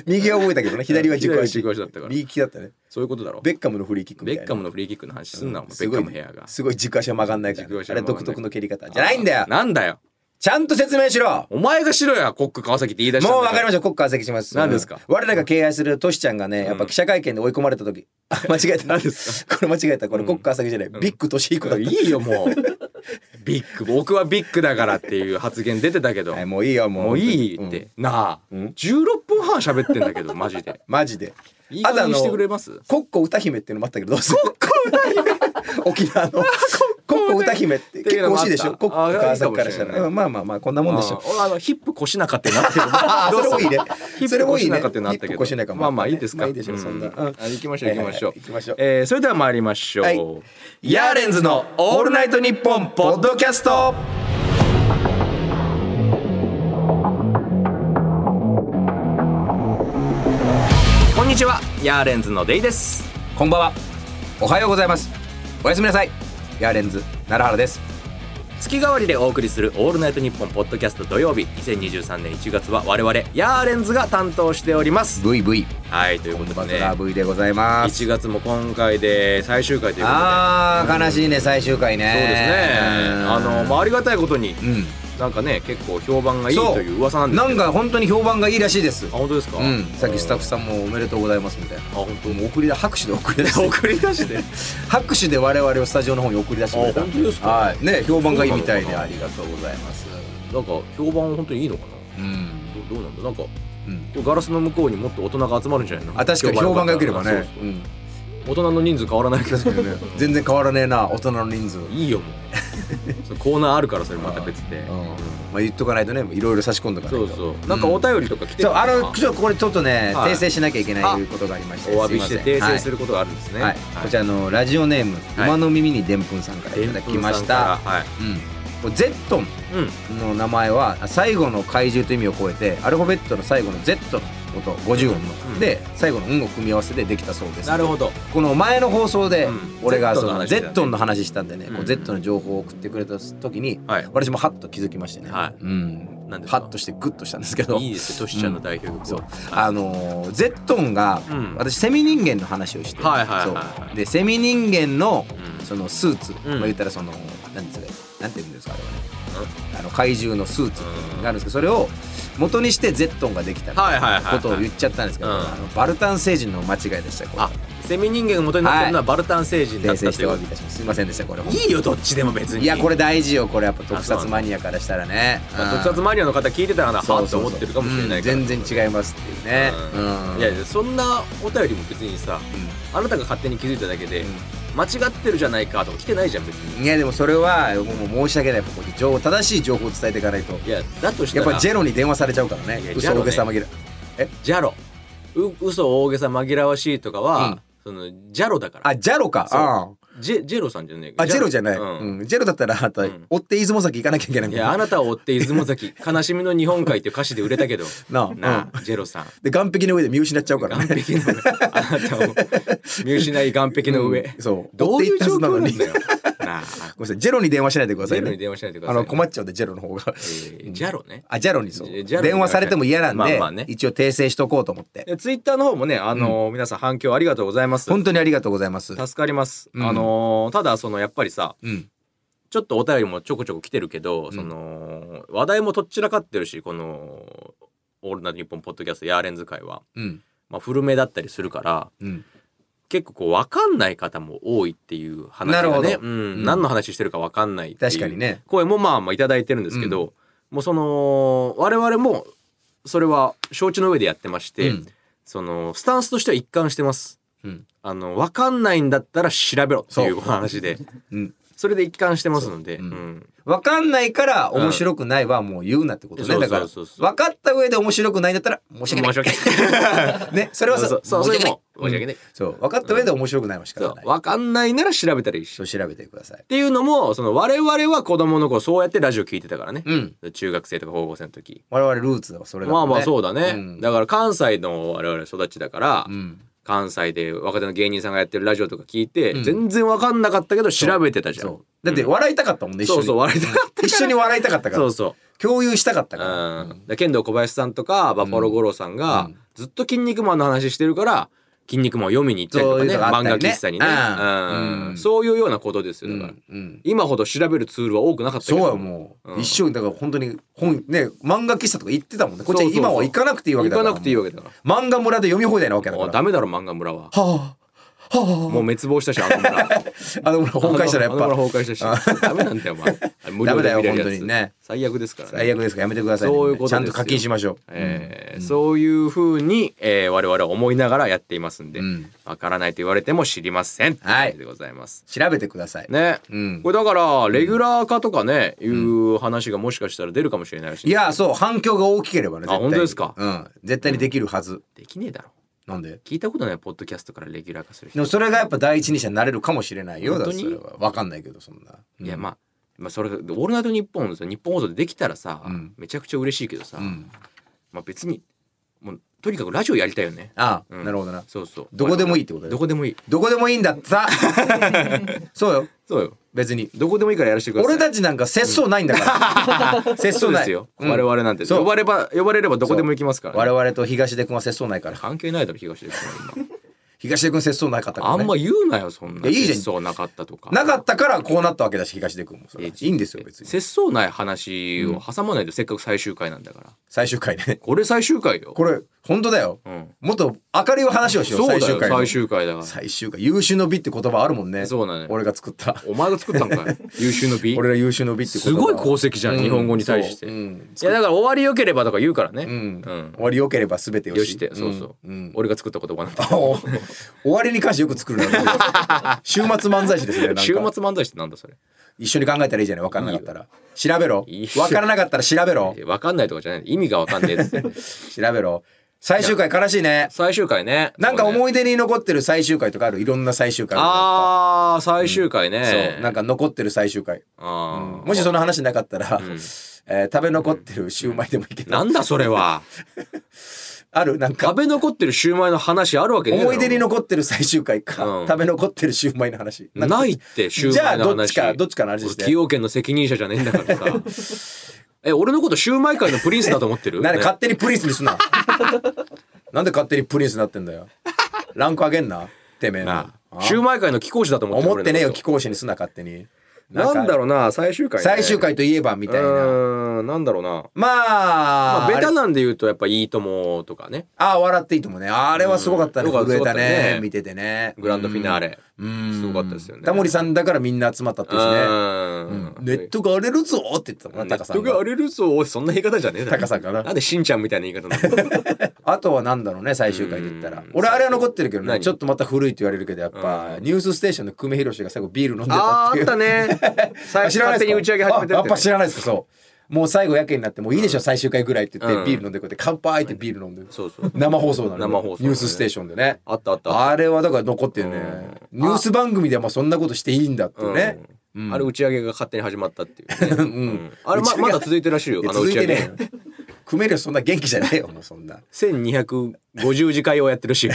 Speaker 1: 右は覚えたけどね左は軸足
Speaker 2: 左は軸足だったから
Speaker 1: 右利きだったね
Speaker 2: そういうことだろ
Speaker 1: ベッカムのフリーキックみ
Speaker 2: ベ
Speaker 1: たいな
Speaker 2: ッカムのフリーキックの話すんな、もん、ベ
Speaker 1: す
Speaker 2: ッ
Speaker 1: ご
Speaker 2: カ
Speaker 1: い
Speaker 2: ム部屋が
Speaker 1: すごい軸足は曲がんないから
Speaker 2: 軸足
Speaker 1: あ
Speaker 2: は
Speaker 1: れ
Speaker 2: 曲がんない
Speaker 1: 独特の蹴り方じゃないんだよ
Speaker 2: なんだよ
Speaker 1: ちゃんと説明しろ
Speaker 2: お前がしろやコック川崎って言い出したん
Speaker 1: もう
Speaker 2: だ
Speaker 1: わかり
Speaker 2: ら
Speaker 1: ました国家席します
Speaker 2: 何ですか
Speaker 1: うん我らが敬愛するトシちゃんがねやっぱ
Speaker 2: うん
Speaker 1: 記者会見で追い込まれた時 あ間違えた
Speaker 2: 何です
Speaker 1: かこれ間違えたこれ
Speaker 2: うん
Speaker 1: 国家席じゃない
Speaker 2: ん
Speaker 1: ビッグトシヒコだっ
Speaker 2: い
Speaker 1: た
Speaker 2: いよもう ビッグ僕はビッグだからっていう発言出てたけど、
Speaker 1: はいもういいよもう
Speaker 2: もういいって、なあ、
Speaker 1: うん
Speaker 2: 16分半喋ってんだけどマジで
Speaker 1: マジで
Speaker 2: いい加減にしてくれます
Speaker 1: コッコ歌姫っていうのもあったけどどうするコッコ歌姫 沖縄のコッコ歌姫って結構惜しいでしょ
Speaker 2: って
Speaker 1: コ
Speaker 2: い
Speaker 1: ッ
Speaker 2: う
Speaker 1: コ
Speaker 2: のもあった
Speaker 1: 川崎からした
Speaker 2: あいいからもしれない
Speaker 1: うんまあまあまあこんなもんでしょ
Speaker 2: あ俺あのヒップ腰中ってなってる
Speaker 1: あ あそれもいいね
Speaker 2: ヒ
Speaker 1: それ
Speaker 2: ップ
Speaker 1: もいい
Speaker 2: 腰
Speaker 1: ね
Speaker 2: 中ってなったけど
Speaker 1: ヒップ腰中も
Speaker 2: まあまあいいですか、
Speaker 1: まあいいでしょうそんな
Speaker 2: うん
Speaker 1: うん
Speaker 2: あ行きましょう行きましょう、
Speaker 1: はいはい行きましょう
Speaker 2: えーそれでは参りましょう、
Speaker 1: はい
Speaker 2: ヤーレンズのオールナイトニッポンポッドキャストこんにちはヤーレンズのデイです
Speaker 1: こんばんは。おはようございます。おやすみなさい。ヤーレンズ奈良原です。
Speaker 2: 月替わりでお送りする「オールナイトニッポン」ポッドキャスト土曜日2023年1月は我々ヤーレンズが担当しております。
Speaker 1: V V
Speaker 2: はいということ
Speaker 1: バト
Speaker 2: で
Speaker 1: ラ
Speaker 2: ね
Speaker 1: ー V でございます。
Speaker 2: 1月も今回で最終回ということで
Speaker 1: ああ悲しいね最終回ね。
Speaker 2: そうですねあの、まあ、ありがたいことに
Speaker 1: うん。
Speaker 2: なんかね結構評判がいい
Speaker 1: そう
Speaker 2: という噂なんです
Speaker 1: な
Speaker 2: け
Speaker 1: ん
Speaker 2: ど
Speaker 1: か本当に評判がいいらしいです。
Speaker 2: あ本当ですか、
Speaker 1: うん。さっきスタッフさんもおめでとうございますみたいな。
Speaker 2: あ本当
Speaker 1: もう送りだ拍手で送り出して
Speaker 2: 送り出して
Speaker 1: 拍手で我々をスタジオの方に送り出してくれた
Speaker 2: あ本当ですか
Speaker 1: はいね評判がいいみたい
Speaker 2: そう
Speaker 1: で
Speaker 2: なのか
Speaker 1: あ
Speaker 2: な
Speaker 1: りがとうございます
Speaker 2: なんか評判は本当にいいのかな
Speaker 1: うん
Speaker 2: どどうなんだなんかこ
Speaker 1: うん
Speaker 2: うガラスの向こうにもっと大人が集まるんじゃないの
Speaker 1: あ確かに評判が良ければ
Speaker 2: そう
Speaker 1: ね
Speaker 2: そう
Speaker 1: うん
Speaker 2: 大人の人数変わらないけど
Speaker 1: 確かにね全然変わらねえな大人の人数
Speaker 2: いいよもうそのコーナーあるからそれまた別
Speaker 1: う
Speaker 2: で、
Speaker 1: んまあ言っとかないとねいろいろ差し込んだから
Speaker 2: そうそうなんかお便りとか来て
Speaker 1: そう
Speaker 2: るのか
Speaker 1: あ
Speaker 2: な
Speaker 1: のちょっとこれちょっとね、
Speaker 2: はい
Speaker 1: 訂正しなきゃいけな
Speaker 2: あ
Speaker 1: いことがありまして
Speaker 2: お詫びして訂正す
Speaker 1: る
Speaker 2: ることがあるんですね
Speaker 1: はい、はいこちらのラジオネーム、
Speaker 2: はい
Speaker 1: 馬の耳にでんぷんさんからいただきました
Speaker 2: はい
Speaker 1: うんこれゼットン
Speaker 2: うん
Speaker 1: の名前は最後の怪獣という意味を超えてアルファベットの最後の Z の音50音の、
Speaker 2: うん
Speaker 1: で最後の音を組み合わせでできたそうです
Speaker 2: なるほど
Speaker 1: この前の放送で
Speaker 2: うん
Speaker 1: 俺が
Speaker 2: Z
Speaker 1: そ
Speaker 2: の
Speaker 1: の
Speaker 2: 話
Speaker 1: Z の話したんでねこ
Speaker 2: う
Speaker 1: うん Z の情報を送ってくれた時に
Speaker 2: はい
Speaker 1: 私もハッと気づきましてね
Speaker 2: は
Speaker 1: うん
Speaker 2: 何です
Speaker 1: ハ
Speaker 2: か
Speaker 1: ッとしてグッとしたんですけど
Speaker 2: いいですよトシちゃんの代表曲、
Speaker 1: そうあのー Z ンが
Speaker 2: うん
Speaker 1: 私セミ人間の話をして
Speaker 2: はいはいはいはい
Speaker 1: そうでセミ人間の
Speaker 2: うん
Speaker 1: そのスーツ
Speaker 2: うん
Speaker 1: まあ言ったらその何ですかなんて言うんですかあれはねあの怪獣のスーツっていうのがあるんですけどそれを元にして Z ンができたみたいなことを言っちゃったんですけど
Speaker 2: はいはい
Speaker 1: あ
Speaker 2: はい
Speaker 1: のバルタン星人の間違いでしたこれ
Speaker 2: あセミ人間が元になってるのはバルタン星人だ
Speaker 1: 訂
Speaker 2: った
Speaker 1: 正し
Speaker 2: っ
Speaker 1: てて
Speaker 2: い
Speaker 1: お
Speaker 2: う
Speaker 1: 詫びいたしますすいませんでしたこれ
Speaker 2: いいよどっちでも別に
Speaker 1: いやこ
Speaker 2: れ、
Speaker 1: れ大事よこれやっぱ特
Speaker 2: あそうな
Speaker 1: 撮
Speaker 2: んだ
Speaker 1: マニアからしたらね
Speaker 2: まあ特撮マニアの方聞いてたらなはあって思ってるかもしれないから、
Speaker 1: うん全然違いますっていうね
Speaker 2: うんいやいやそんなお便りも別にさあなたが勝手に気づいただけで、間違ってるじゃないかとか来てないじゃん別に
Speaker 1: うんいやでもそれはもう申し訳ないここで情報正しい情報を伝えていかないと
Speaker 2: いやだとした
Speaker 1: やっ
Speaker 2: ら
Speaker 1: ぱジェロに電話されちゃうから
Speaker 2: い
Speaker 1: ね
Speaker 2: やジ
Speaker 1: 嘘
Speaker 2: ェロね
Speaker 1: 大げさ紛れ
Speaker 2: ジャロう嘘大げさ紛らわしいとかは、そのジャロだから
Speaker 1: あジャロか
Speaker 2: そう
Speaker 1: あ
Speaker 2: ジェジェロさんじゃねえ
Speaker 1: あジェロじゃない、
Speaker 2: うん
Speaker 1: うんジェロだったらあと追って出雲崎行かなきゃいけない
Speaker 2: い
Speaker 1: みたい
Speaker 2: や
Speaker 1: な
Speaker 2: あなたを追って出雲 崎悲しみの日本海っていう歌詞で売れたけど
Speaker 1: なあ
Speaker 2: なあジェロさん
Speaker 1: で岸壁の上で見失っちゃうから
Speaker 2: 岸
Speaker 1: ね
Speaker 2: 壁の上あなたを見失い岸壁の上、
Speaker 1: うんそう
Speaker 2: どういう状況なん
Speaker 1: 追って行
Speaker 2: だよなあ
Speaker 1: ごめんなさいジェロに電話しないでください
Speaker 2: ジェロ
Speaker 1: ね
Speaker 2: に電話しないでくだ
Speaker 1: あ
Speaker 2: さいね、
Speaker 1: の困っちゃうんでジェロの方が
Speaker 2: えージャロね
Speaker 1: あジェロにそう
Speaker 2: ジェロに
Speaker 1: 電話されても嫌なんで、
Speaker 2: まあまあね
Speaker 1: 一応訂正しとこうと思って
Speaker 2: でツイッターの方もねあのー、皆さん反響ありがとうございます
Speaker 1: 本当にありがとうございます
Speaker 2: 助かります、
Speaker 1: うん
Speaker 2: あのーただそのやっぱりさ
Speaker 1: うん
Speaker 2: ちょっとお便りもちょこちょこ来てるけど、
Speaker 1: ん
Speaker 2: その話題もとっちらかってるしこの「オールナイトニッポン」ポッドキャストヤーレンズ会は、
Speaker 1: うん
Speaker 2: まあ、古めだったりするから
Speaker 1: うん
Speaker 2: 結構こう分かんない方も多いっていう話がね
Speaker 1: なるほ
Speaker 2: う
Speaker 1: ど
Speaker 2: ん
Speaker 1: うん
Speaker 2: 何の話してるか分かんないっていう
Speaker 1: 確かにね
Speaker 2: 声もまあまあいただいてるんですけど、もうその我々もそれは承知の上でやってまして、
Speaker 1: うん
Speaker 2: そのスタンスとしては一貫してます。
Speaker 1: うん
Speaker 2: あの分かんないんだったら調べろっていう
Speaker 1: そう
Speaker 2: 話で
Speaker 1: うん
Speaker 2: それで一貫してますので、
Speaker 1: そううん
Speaker 2: うん
Speaker 1: 分かんないから面白くないはもう言うなってことね、
Speaker 2: うん
Speaker 1: だから
Speaker 2: そうそうそうそう
Speaker 1: 分かった上で面白くないんだったら申し訳ない
Speaker 2: 申し訳な い。
Speaker 1: ねそれはさ
Speaker 2: そうそう
Speaker 1: 申し訳ない
Speaker 2: そうそういうもん申し訳ない
Speaker 1: うんそう分かった上で面白くないは仕
Speaker 2: そう
Speaker 1: 方ない、
Speaker 2: わかんないなら調べたらいいし。
Speaker 1: そ
Speaker 2: っ
Speaker 1: う調べてください
Speaker 2: ていうのも、その我々は子供の頃そうやってラジオ聞いてたからね。
Speaker 1: うん
Speaker 2: 中学生とか高校生の時。
Speaker 1: 我々ルーツはそれだ
Speaker 2: まあまあそううだね、
Speaker 1: ん
Speaker 2: だから関西の我々育ちだから、
Speaker 1: うん
Speaker 2: 関西で若手の芸人さんがやってるラジオとか聞いて、全然わかんなかったけど調べてたじゃん。
Speaker 1: そうだって笑いたかったもんね一緒に
Speaker 2: そうそう笑いたかった
Speaker 1: 一緒に笑いたかったから
Speaker 2: そうそう
Speaker 1: 共有したかったから
Speaker 2: うん、だから剣道小林さんとかバッファロー五郎さんが、ずっと「筋肉マン」の話してるから「筋肉マン」を読みに行ったりとかね
Speaker 1: そういうのがあ
Speaker 2: 漫
Speaker 1: った
Speaker 2: 画
Speaker 1: りね
Speaker 2: 喫茶にね、
Speaker 1: うん
Speaker 2: う
Speaker 1: うんん
Speaker 2: そういうようなことですよだ
Speaker 1: う
Speaker 2: から、
Speaker 1: んうん
Speaker 2: 今ほど調べるツールは多くなかったけ
Speaker 1: そう
Speaker 2: ど
Speaker 1: やもう、一生だから本当に本ね漫画喫茶とか行ってたもんねこっちは
Speaker 2: そうそうそ
Speaker 1: 今
Speaker 2: う
Speaker 1: は行かなくていいわけだから
Speaker 2: 行かなくていいわけだから
Speaker 1: 漫画村で読み放題なわけだか
Speaker 2: もう
Speaker 1: ら
Speaker 2: ダメだろ漫画村は
Speaker 1: はあは
Speaker 2: もう滅亡したしあの村
Speaker 1: ああの村 崩壊したらやっ
Speaker 2: あの
Speaker 1: ぱ
Speaker 2: 村崩壊したしダメなんだよお前あれ無料
Speaker 1: ダメ
Speaker 2: で
Speaker 1: だよ
Speaker 2: 見れるやつ
Speaker 1: 本当にね
Speaker 2: 最悪ですからね
Speaker 1: 最悪ですからやめてください、ね、
Speaker 2: そういうことです
Speaker 1: ちゃ
Speaker 2: よ
Speaker 1: んと課金しましょう、
Speaker 2: えーそういうふうに、えー我々は思いながらやっていますんで、わ
Speaker 1: ん
Speaker 2: からないと言われても知りません。
Speaker 1: はい
Speaker 2: とうことでございます。
Speaker 1: 調べてください、
Speaker 2: ね、
Speaker 1: うん
Speaker 2: これだからレギュラー化とかね、いう話がもしかしたら出るかもしれないし、
Speaker 1: いやそう反響が大きければね絶対に
Speaker 2: 本当ですか
Speaker 1: うん絶対にできるはず、
Speaker 2: できねえだろ。
Speaker 1: なんで
Speaker 2: 聞いたことないポッドキャストからレギュラー化する
Speaker 1: で
Speaker 2: 人。
Speaker 1: もそれがやっぱ第一人者になれるかもしれないよ
Speaker 2: 本
Speaker 1: だ
Speaker 2: 当
Speaker 1: か
Speaker 2: に
Speaker 1: らそれは分かんないけどそんな、うん
Speaker 2: いやまあ。まあそれが「オールナイトニッポン」さ日本放送でできたらさ、
Speaker 1: うん
Speaker 2: めちゃくちゃ嬉しいけどさ、
Speaker 1: うん
Speaker 2: まあ別にもうとにかくラジオやりたいよね
Speaker 1: ああ、
Speaker 2: うん
Speaker 1: なるほどな
Speaker 2: そうそう
Speaker 1: どこでもいいってことだよ
Speaker 2: どこでもいい
Speaker 1: どこでもいいんだってさ そうよ
Speaker 2: そうよ
Speaker 1: 別に
Speaker 2: どこでもいいからやらせてください
Speaker 1: 俺たちなんか節操ないんだ から、節
Speaker 2: そ
Speaker 1: 操
Speaker 2: うで
Speaker 1: ない
Speaker 2: すよ、
Speaker 1: うん
Speaker 2: 我々なんて
Speaker 1: そう
Speaker 2: 呼ばれば呼ばれればどこでも行きますからね、
Speaker 1: 我々と東出君は節操ないから
Speaker 2: 関係ないだろ東出君は今
Speaker 1: 東出君節操なかったから、
Speaker 2: あ
Speaker 1: ね、
Speaker 2: んま言うなよそんない
Speaker 1: やいいじゃん
Speaker 2: そうなかったとか
Speaker 1: なかったからこうなったわけだし東出君もそれはいいんですよ別に
Speaker 2: 節操ない話を挟まないで、せっかく最終回なんだから
Speaker 1: 最終回ね
Speaker 2: これ最終回よ
Speaker 1: これ本当だよ、
Speaker 2: うん
Speaker 1: もっと明るい話をしよう
Speaker 2: そうだよ
Speaker 1: 最
Speaker 2: 最
Speaker 1: 終
Speaker 2: 終回
Speaker 1: 回の
Speaker 2: だから
Speaker 1: 最終回優秀の美って言葉あるもんね
Speaker 2: そうなのよ
Speaker 1: 俺が作った
Speaker 2: お前が作った んかい優秀の美
Speaker 1: 俺ら優秀の美って言葉
Speaker 2: すごい功績じゃん、
Speaker 1: うん
Speaker 2: 日本語に対して、
Speaker 1: そううん
Speaker 2: いやだから終わりよければとか言うからねう
Speaker 1: うん終わり良ければ全てよし
Speaker 2: よしてそうそう、
Speaker 1: んん
Speaker 2: 俺が作った言葉なんて
Speaker 1: お終わりに関してよく作る な週末漫才師ですねなんか
Speaker 2: 週末漫才してなんだそれ
Speaker 1: 一緒に考えたらいいじゃない分からなかったら調べろ
Speaker 2: いいよ
Speaker 1: 分からなかったら調べろ
Speaker 2: 分かんないとかじゃない意味が分かんねえっつって
Speaker 1: 調べろ最終回悲しいね
Speaker 2: 最終回ね
Speaker 1: なんか
Speaker 2: そうね
Speaker 1: 思い出に残ってる最終回とかあるいろんな最終回あ
Speaker 2: あー最終回
Speaker 1: る
Speaker 2: ね、
Speaker 1: そうなんか残ってる最終回
Speaker 2: あー
Speaker 1: もしその話なかったら、 えー食べ残ってるシューマイでもいいけど、
Speaker 2: なんだ それは
Speaker 1: あるなんか
Speaker 2: 食べ残ってるシューマイの話あるわけねえだろ
Speaker 1: 思い出に残ってる最終回か、
Speaker 2: うん
Speaker 1: 食べ残ってるシューマイの話んか
Speaker 2: ないってシューマイの話
Speaker 1: じゃあどっちかどっちかの話して
Speaker 2: 俺崎陽軒の責任者じゃねえんだからさ え俺のことシューマイ界のプリンスだと思ってる
Speaker 1: なんで
Speaker 2: ね
Speaker 1: 勝手にプリンスに すななんで勝手にプリンスになってんだよランク上げんなてめえの
Speaker 2: なあ
Speaker 1: あ
Speaker 2: シューマイ界の貴公子だと思ってる
Speaker 1: 思ってねえよ
Speaker 2: 俺の
Speaker 1: 貴公子にすな勝手に
Speaker 2: ことなんだ
Speaker 1: ろ
Speaker 2: ろうな最終回ね
Speaker 1: 最終回といえばみたいうな
Speaker 2: ーんなんだろうな
Speaker 1: まあ、
Speaker 2: まあベタ
Speaker 1: あれ
Speaker 2: なんで言うとやっぱ「いいとも」とかね
Speaker 1: あ笑っていいともねあれはすごかったね、
Speaker 2: うんよかった
Speaker 1: 震えた
Speaker 2: すごかった
Speaker 1: ね
Speaker 2: ね
Speaker 1: 見ててね
Speaker 2: グランドフィナーレ
Speaker 1: うん
Speaker 2: すごかったですよね
Speaker 1: タモリさんだからみんな集まったって
Speaker 2: う
Speaker 1: いうしね
Speaker 2: ん
Speaker 1: ネットが荒れるぞって言ってたもん
Speaker 2: ネ
Speaker 1: なタカ
Speaker 2: ッ
Speaker 1: さん
Speaker 2: トが
Speaker 1: が
Speaker 2: 荒れるぞおいそんな言い方じゃねえだろ
Speaker 1: タカさんかな
Speaker 2: なんでしんちゃんみたいな言い方な の
Speaker 1: あとはなんだろうね最終回で言ったら
Speaker 2: うん
Speaker 1: 俺あれは残ってるけどね
Speaker 2: 何
Speaker 1: ちょっとまた古いって言われるけどやっぱニュースステーションの久米宏が最後ビール飲んでたっ
Speaker 2: あー
Speaker 1: て
Speaker 2: あ
Speaker 1: い
Speaker 2: っ
Speaker 1: う
Speaker 2: たね最
Speaker 1: あ
Speaker 2: 初勝手に打ち上げ始めて
Speaker 1: あ
Speaker 2: る
Speaker 1: や
Speaker 2: っ
Speaker 1: ってぱ
Speaker 2: ね
Speaker 1: 知らないですかそうもう最後やけになってもういいでしょ最終回ぐらいって言っ
Speaker 2: うん
Speaker 1: てビール飲んでこうやって乾杯ってビール飲んで
Speaker 2: そうそう
Speaker 1: 生放送なのよ
Speaker 2: 生放送だね
Speaker 1: ニュースステーションでね
Speaker 2: あったあった
Speaker 1: あれはだから残ってるねニュース番組ではまあそんなことしていいんだっていうね
Speaker 2: うんあれ打ち上げが勝手に始まったっていう、ね
Speaker 1: うん
Speaker 2: あれ
Speaker 1: 打ち
Speaker 2: ま
Speaker 1: 上げ
Speaker 2: まだ続いてるらしいよ
Speaker 1: いや
Speaker 2: あの打
Speaker 1: 続い
Speaker 2: ち上
Speaker 1: て
Speaker 2: げ、
Speaker 1: ね 組めるよそんな元気じゃないよもうそんな
Speaker 2: 1250次会をやってるし
Speaker 1: うん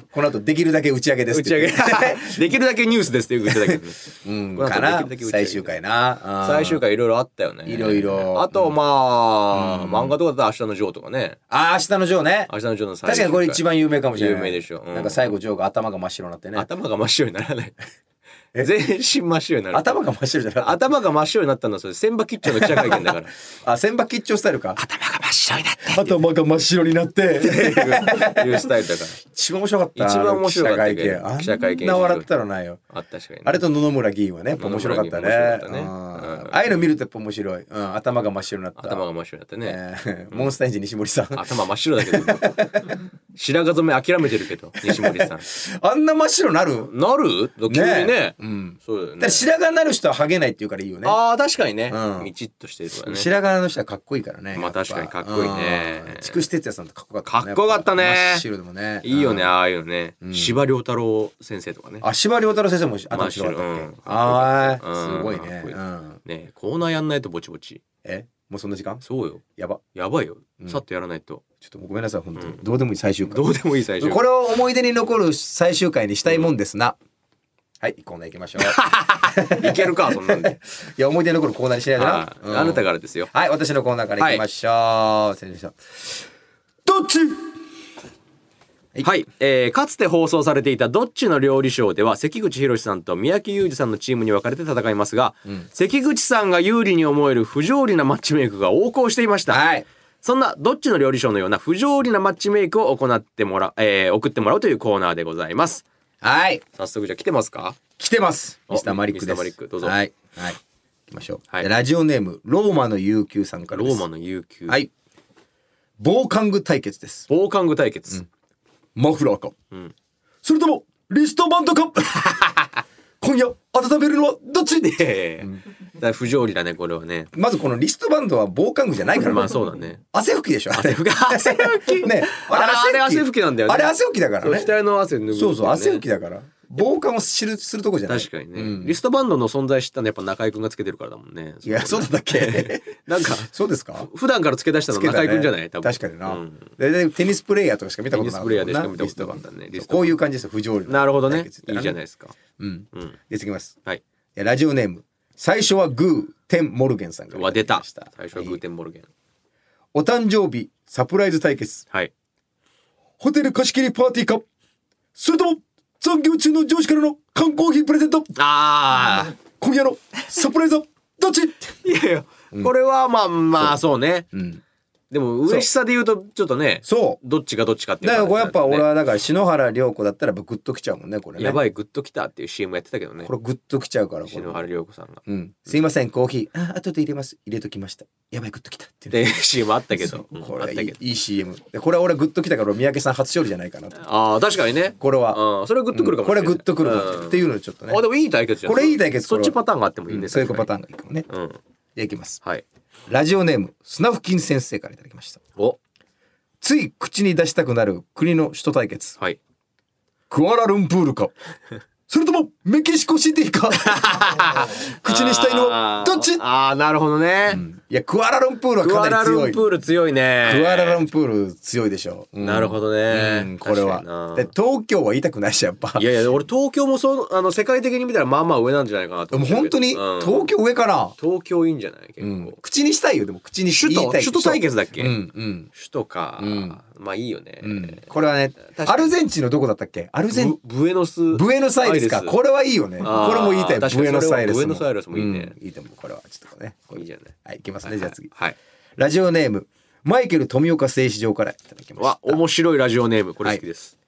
Speaker 1: この後できるだけ打ち上げです
Speaker 2: 打
Speaker 1: っ
Speaker 2: ち上
Speaker 1: て言
Speaker 2: げ
Speaker 1: って
Speaker 2: できるだけニュースですってよく言ってたけどね、
Speaker 1: うん
Speaker 2: この後
Speaker 1: かな
Speaker 2: できるだけ打ち上げ
Speaker 1: 最終回なうん
Speaker 2: 最終回いろいろあったよね
Speaker 1: いろいろ
Speaker 2: あとまあ、漫画とかだと「明日のジョー」とかね
Speaker 1: あー明日のジョーね
Speaker 2: 「明日のジョー」の最
Speaker 1: 確
Speaker 2: 終
Speaker 1: かに
Speaker 2: 回
Speaker 1: これ一番有名かもしれない
Speaker 2: 有名でしょうん
Speaker 1: なんか最後ジョーが頭が真っ白になってね
Speaker 2: 頭が真っ白にならない全身真っ白になる
Speaker 1: 頭が真っ白じゃなかっ
Speaker 2: 頭が真っ白になったのはそれ千葉吉兆の記者会見 だから
Speaker 1: たあ千葉吉兆スタイルか
Speaker 2: 頭が真っ白になって
Speaker 1: 頭が真っ白にな って
Speaker 2: っていうスタイルだか
Speaker 1: 一番面白かったな
Speaker 2: 一番面白かった
Speaker 1: あの記者会見
Speaker 2: 記者会見
Speaker 1: あんな笑ったらないよ
Speaker 2: らあったしかにね
Speaker 1: あれと野々村議員はねやっぱ面白かったね
Speaker 2: 野々村議
Speaker 1: うん
Speaker 2: 員面白かったねうん
Speaker 1: ああいうの見るとやっぱ面白い、うん、頭が真っ白になった
Speaker 2: 頭が真っ白になってね、
Speaker 1: えー モンスターエンジン西森さん
Speaker 2: 頭真っ白だけど白髪染め諦めてるけど西森さん
Speaker 1: あんな真っ白なる
Speaker 2: なる急にね
Speaker 1: うん
Speaker 2: そうだよ
Speaker 1: だか
Speaker 2: ね
Speaker 1: ら白髪なる人はハゲないっていうからいいよね
Speaker 2: ああ確かにね、
Speaker 1: うん
Speaker 2: みちっとしてるからね
Speaker 1: 白髪の人はかっこいいからね
Speaker 2: まあ
Speaker 1: やっぱ
Speaker 2: 確かにかっこいいね
Speaker 1: うん筑紫哲也さんとかっこよかった
Speaker 2: かっこよかったね
Speaker 1: やぱ真っ白でもね
Speaker 2: いいよね、
Speaker 1: うん
Speaker 2: ああいうのね司馬遼太郎先生とかね
Speaker 1: あ司馬遼太郎先生も
Speaker 2: 真
Speaker 1: 頭
Speaker 2: っ
Speaker 1: 白
Speaker 2: 白
Speaker 1: かったっけ、
Speaker 2: うん
Speaker 1: あ
Speaker 2: うん
Speaker 1: ーすごいね、
Speaker 2: かっこいい
Speaker 1: うん、
Speaker 2: ねコーナーやんないとぼちぼち
Speaker 1: えもうそんな時間
Speaker 2: そうよ
Speaker 1: やば
Speaker 2: やばいよ、
Speaker 1: うん
Speaker 2: さっとやらないと
Speaker 1: ちょっともうごめんなさい本当に、
Speaker 2: うん
Speaker 1: どうでもいい最終回
Speaker 2: どうでもいい最初
Speaker 1: これを思い出に残る最終回にしたいもんですな、はいコーナー行きましょう
Speaker 2: いけるかそんな んで
Speaker 1: いや思い出に残るコーナーにしないとな
Speaker 2: あーあなた
Speaker 1: が
Speaker 2: からですよ
Speaker 1: はい私のコーナーから行きましょう、失礼しましたどっち
Speaker 2: はい、えーかつて放送されていた「どっちの料理ショー」では関口宏さんと三宅裕二さんのチームに分かれて戦いますが、関口さんが有利に思える不条理なマッチメイクが横行していました、
Speaker 1: はい
Speaker 2: そんな「どっちの料理ショー」のような不条理なマッチメイクを行ってもら、えー送ってもらうというコーナーでございます
Speaker 1: はい
Speaker 2: 早速じゃあ来てますか
Speaker 1: 来てます
Speaker 2: お
Speaker 1: ミスターマリックです
Speaker 2: ミスターマリックどうぞ
Speaker 1: はいはい行きましょう、
Speaker 2: はい
Speaker 1: ラジオネームローマの悠久さんから
Speaker 2: ロ
Speaker 1: です
Speaker 2: ーマの悠久、
Speaker 1: はい防寒具対決です
Speaker 2: 防寒具対決、
Speaker 1: マフラーか、それともリストバンド か今夜温めるのはどっち
Speaker 2: いやいやいやだから不条理だねこれはね
Speaker 1: まずこのリストバンドは防寒具じゃないから
Speaker 2: まあそうだね
Speaker 1: 汗拭きでしょ 汗
Speaker 2: 拭き汗拭 き
Speaker 1: ね
Speaker 2: あれ汗拭きなんだよね
Speaker 1: あれ汗拭きだからね
Speaker 2: 額の汗拭く、
Speaker 1: そうそう汗拭
Speaker 2: き
Speaker 1: きだから防寒をするするとこじゃない
Speaker 2: 確かにね、
Speaker 1: うん
Speaker 2: リストバンドの存在知ったのやっぱ中居君がつけてるからだもんね
Speaker 1: いやそうだったっ け
Speaker 2: なんか
Speaker 1: そうですか
Speaker 2: 普段からつけ出したの
Speaker 1: つけた
Speaker 2: 中
Speaker 1: ね
Speaker 2: 居君じゃない多分
Speaker 1: 確かにな、
Speaker 2: うん
Speaker 1: ででテニスプレイヤーとかしか見たことない
Speaker 2: テニスプレイヤーでしか見たことなかったね
Speaker 1: リストバンドこういう感じですよ不条理
Speaker 2: なるほどねいいじゃない
Speaker 1: い
Speaker 2: ですか
Speaker 1: うん
Speaker 2: うん
Speaker 1: で次いきます
Speaker 2: はい
Speaker 1: いやラジオネーム最初はグーテンモルゲンさんか
Speaker 2: う
Speaker 1: ら
Speaker 2: わ出
Speaker 1: い
Speaker 2: た
Speaker 1: だきました
Speaker 2: 最初はグーテンボルゲン
Speaker 1: お誕生日サプライズ対決
Speaker 2: はい
Speaker 1: ホテル貸し切りパーティーかそれとも残業中の上司からの缶コーヒープレゼント
Speaker 2: ああ
Speaker 1: 今夜のサプライズはどっち
Speaker 2: いやいやこれはまあまあそうね
Speaker 1: うん
Speaker 2: でも嬉しさで言うとちょっとね
Speaker 1: そ
Speaker 2: どっちがどっちかって
Speaker 1: う
Speaker 2: いう
Speaker 1: だからこれやっぱ俺
Speaker 2: は
Speaker 1: はだから篠原涼子だったらやっぱグッときちゃうもんねこれね
Speaker 2: やばいグッときたっていう CM やってたけどね
Speaker 1: これグッときちゃうからこれ
Speaker 2: 篠原涼子さんが
Speaker 1: うん、すいませんコーヒーあ後で入れます入れときましたやばいグッときたって
Speaker 2: っ
Speaker 1: いう
Speaker 2: ていう CM あったけどうん
Speaker 1: こ
Speaker 2: あっ
Speaker 1: れ
Speaker 2: た
Speaker 1: い
Speaker 2: け
Speaker 1: い
Speaker 2: ど
Speaker 1: いい CM でこれは俺グッときたから三宅さん初勝利じゃないかなと
Speaker 2: ああ確かにね
Speaker 1: これは、
Speaker 2: うんそれはグッとくるかもし
Speaker 1: こ
Speaker 2: れ
Speaker 1: れ
Speaker 2: ない
Speaker 1: はグッとくるかもしれない
Speaker 2: うん
Speaker 1: っていうのをちょっとね
Speaker 2: あでもいい対決じゃん
Speaker 1: これいい対決
Speaker 2: そっち
Speaker 1: これは
Speaker 2: パターンがあってもいいね、
Speaker 1: そういうパタ
Speaker 2: ー
Speaker 1: ーンがいいかもね
Speaker 2: ンうん
Speaker 1: じゃあいきます
Speaker 2: はい
Speaker 1: ラジオネーム砂付近先生からいただきました
Speaker 2: お
Speaker 1: つい口に出したくなる国の首都対決
Speaker 2: はい
Speaker 1: クアラルンプールかそれともメキシコシティ か口にしたいのはどっち、
Speaker 2: あーあーなるほどね、
Speaker 1: うんいやクアラルンプールは
Speaker 2: クア
Speaker 1: かな
Speaker 2: ラ
Speaker 1: り
Speaker 2: ル
Speaker 1: 強
Speaker 2: ン
Speaker 1: い
Speaker 2: プール強いね
Speaker 1: クアラルンプール強いでしょ、うん
Speaker 2: なるほどね
Speaker 1: うんこれ
Speaker 2: 確か
Speaker 1: は
Speaker 2: にな
Speaker 1: で東京は言いたくないしやっぱ
Speaker 2: いやいや俺東京もそうあの世界的に見たらまあまあ上なんじゃないかな
Speaker 1: で
Speaker 2: と
Speaker 1: も
Speaker 2: 思って
Speaker 1: 本
Speaker 2: るけ
Speaker 1: 当
Speaker 2: ど
Speaker 1: に
Speaker 2: うん
Speaker 1: 東京上かな、
Speaker 2: 東京いいんじゃない結構、
Speaker 1: うん口にしたいよでも口に
Speaker 2: 首
Speaker 1: 言い
Speaker 2: 都
Speaker 1: たい
Speaker 2: 首都対決だっけ、
Speaker 1: うんうん
Speaker 2: 首都か、
Speaker 1: うん
Speaker 2: まあいいよね、
Speaker 1: うん、これはね
Speaker 2: かに
Speaker 1: アルゼンチンのどこだったっけアルゼン
Speaker 2: ブブエノス
Speaker 1: ブエノスアイレスか
Speaker 2: アイレス
Speaker 1: これはいいよね
Speaker 2: あー
Speaker 1: これも言いたい
Speaker 2: 確かに
Speaker 1: ブエノスアイレスも
Speaker 2: それはブエノスアイレスもいいね
Speaker 1: うんいいと思うこれはちょっとねこれ
Speaker 2: いいじゃない
Speaker 1: はいいきますねじゃあ次
Speaker 2: はい
Speaker 1: ラジオネームマイケル富岡製糸場からいただきまし
Speaker 2: わ
Speaker 1: た
Speaker 2: 面白いラジオネームこれ好きです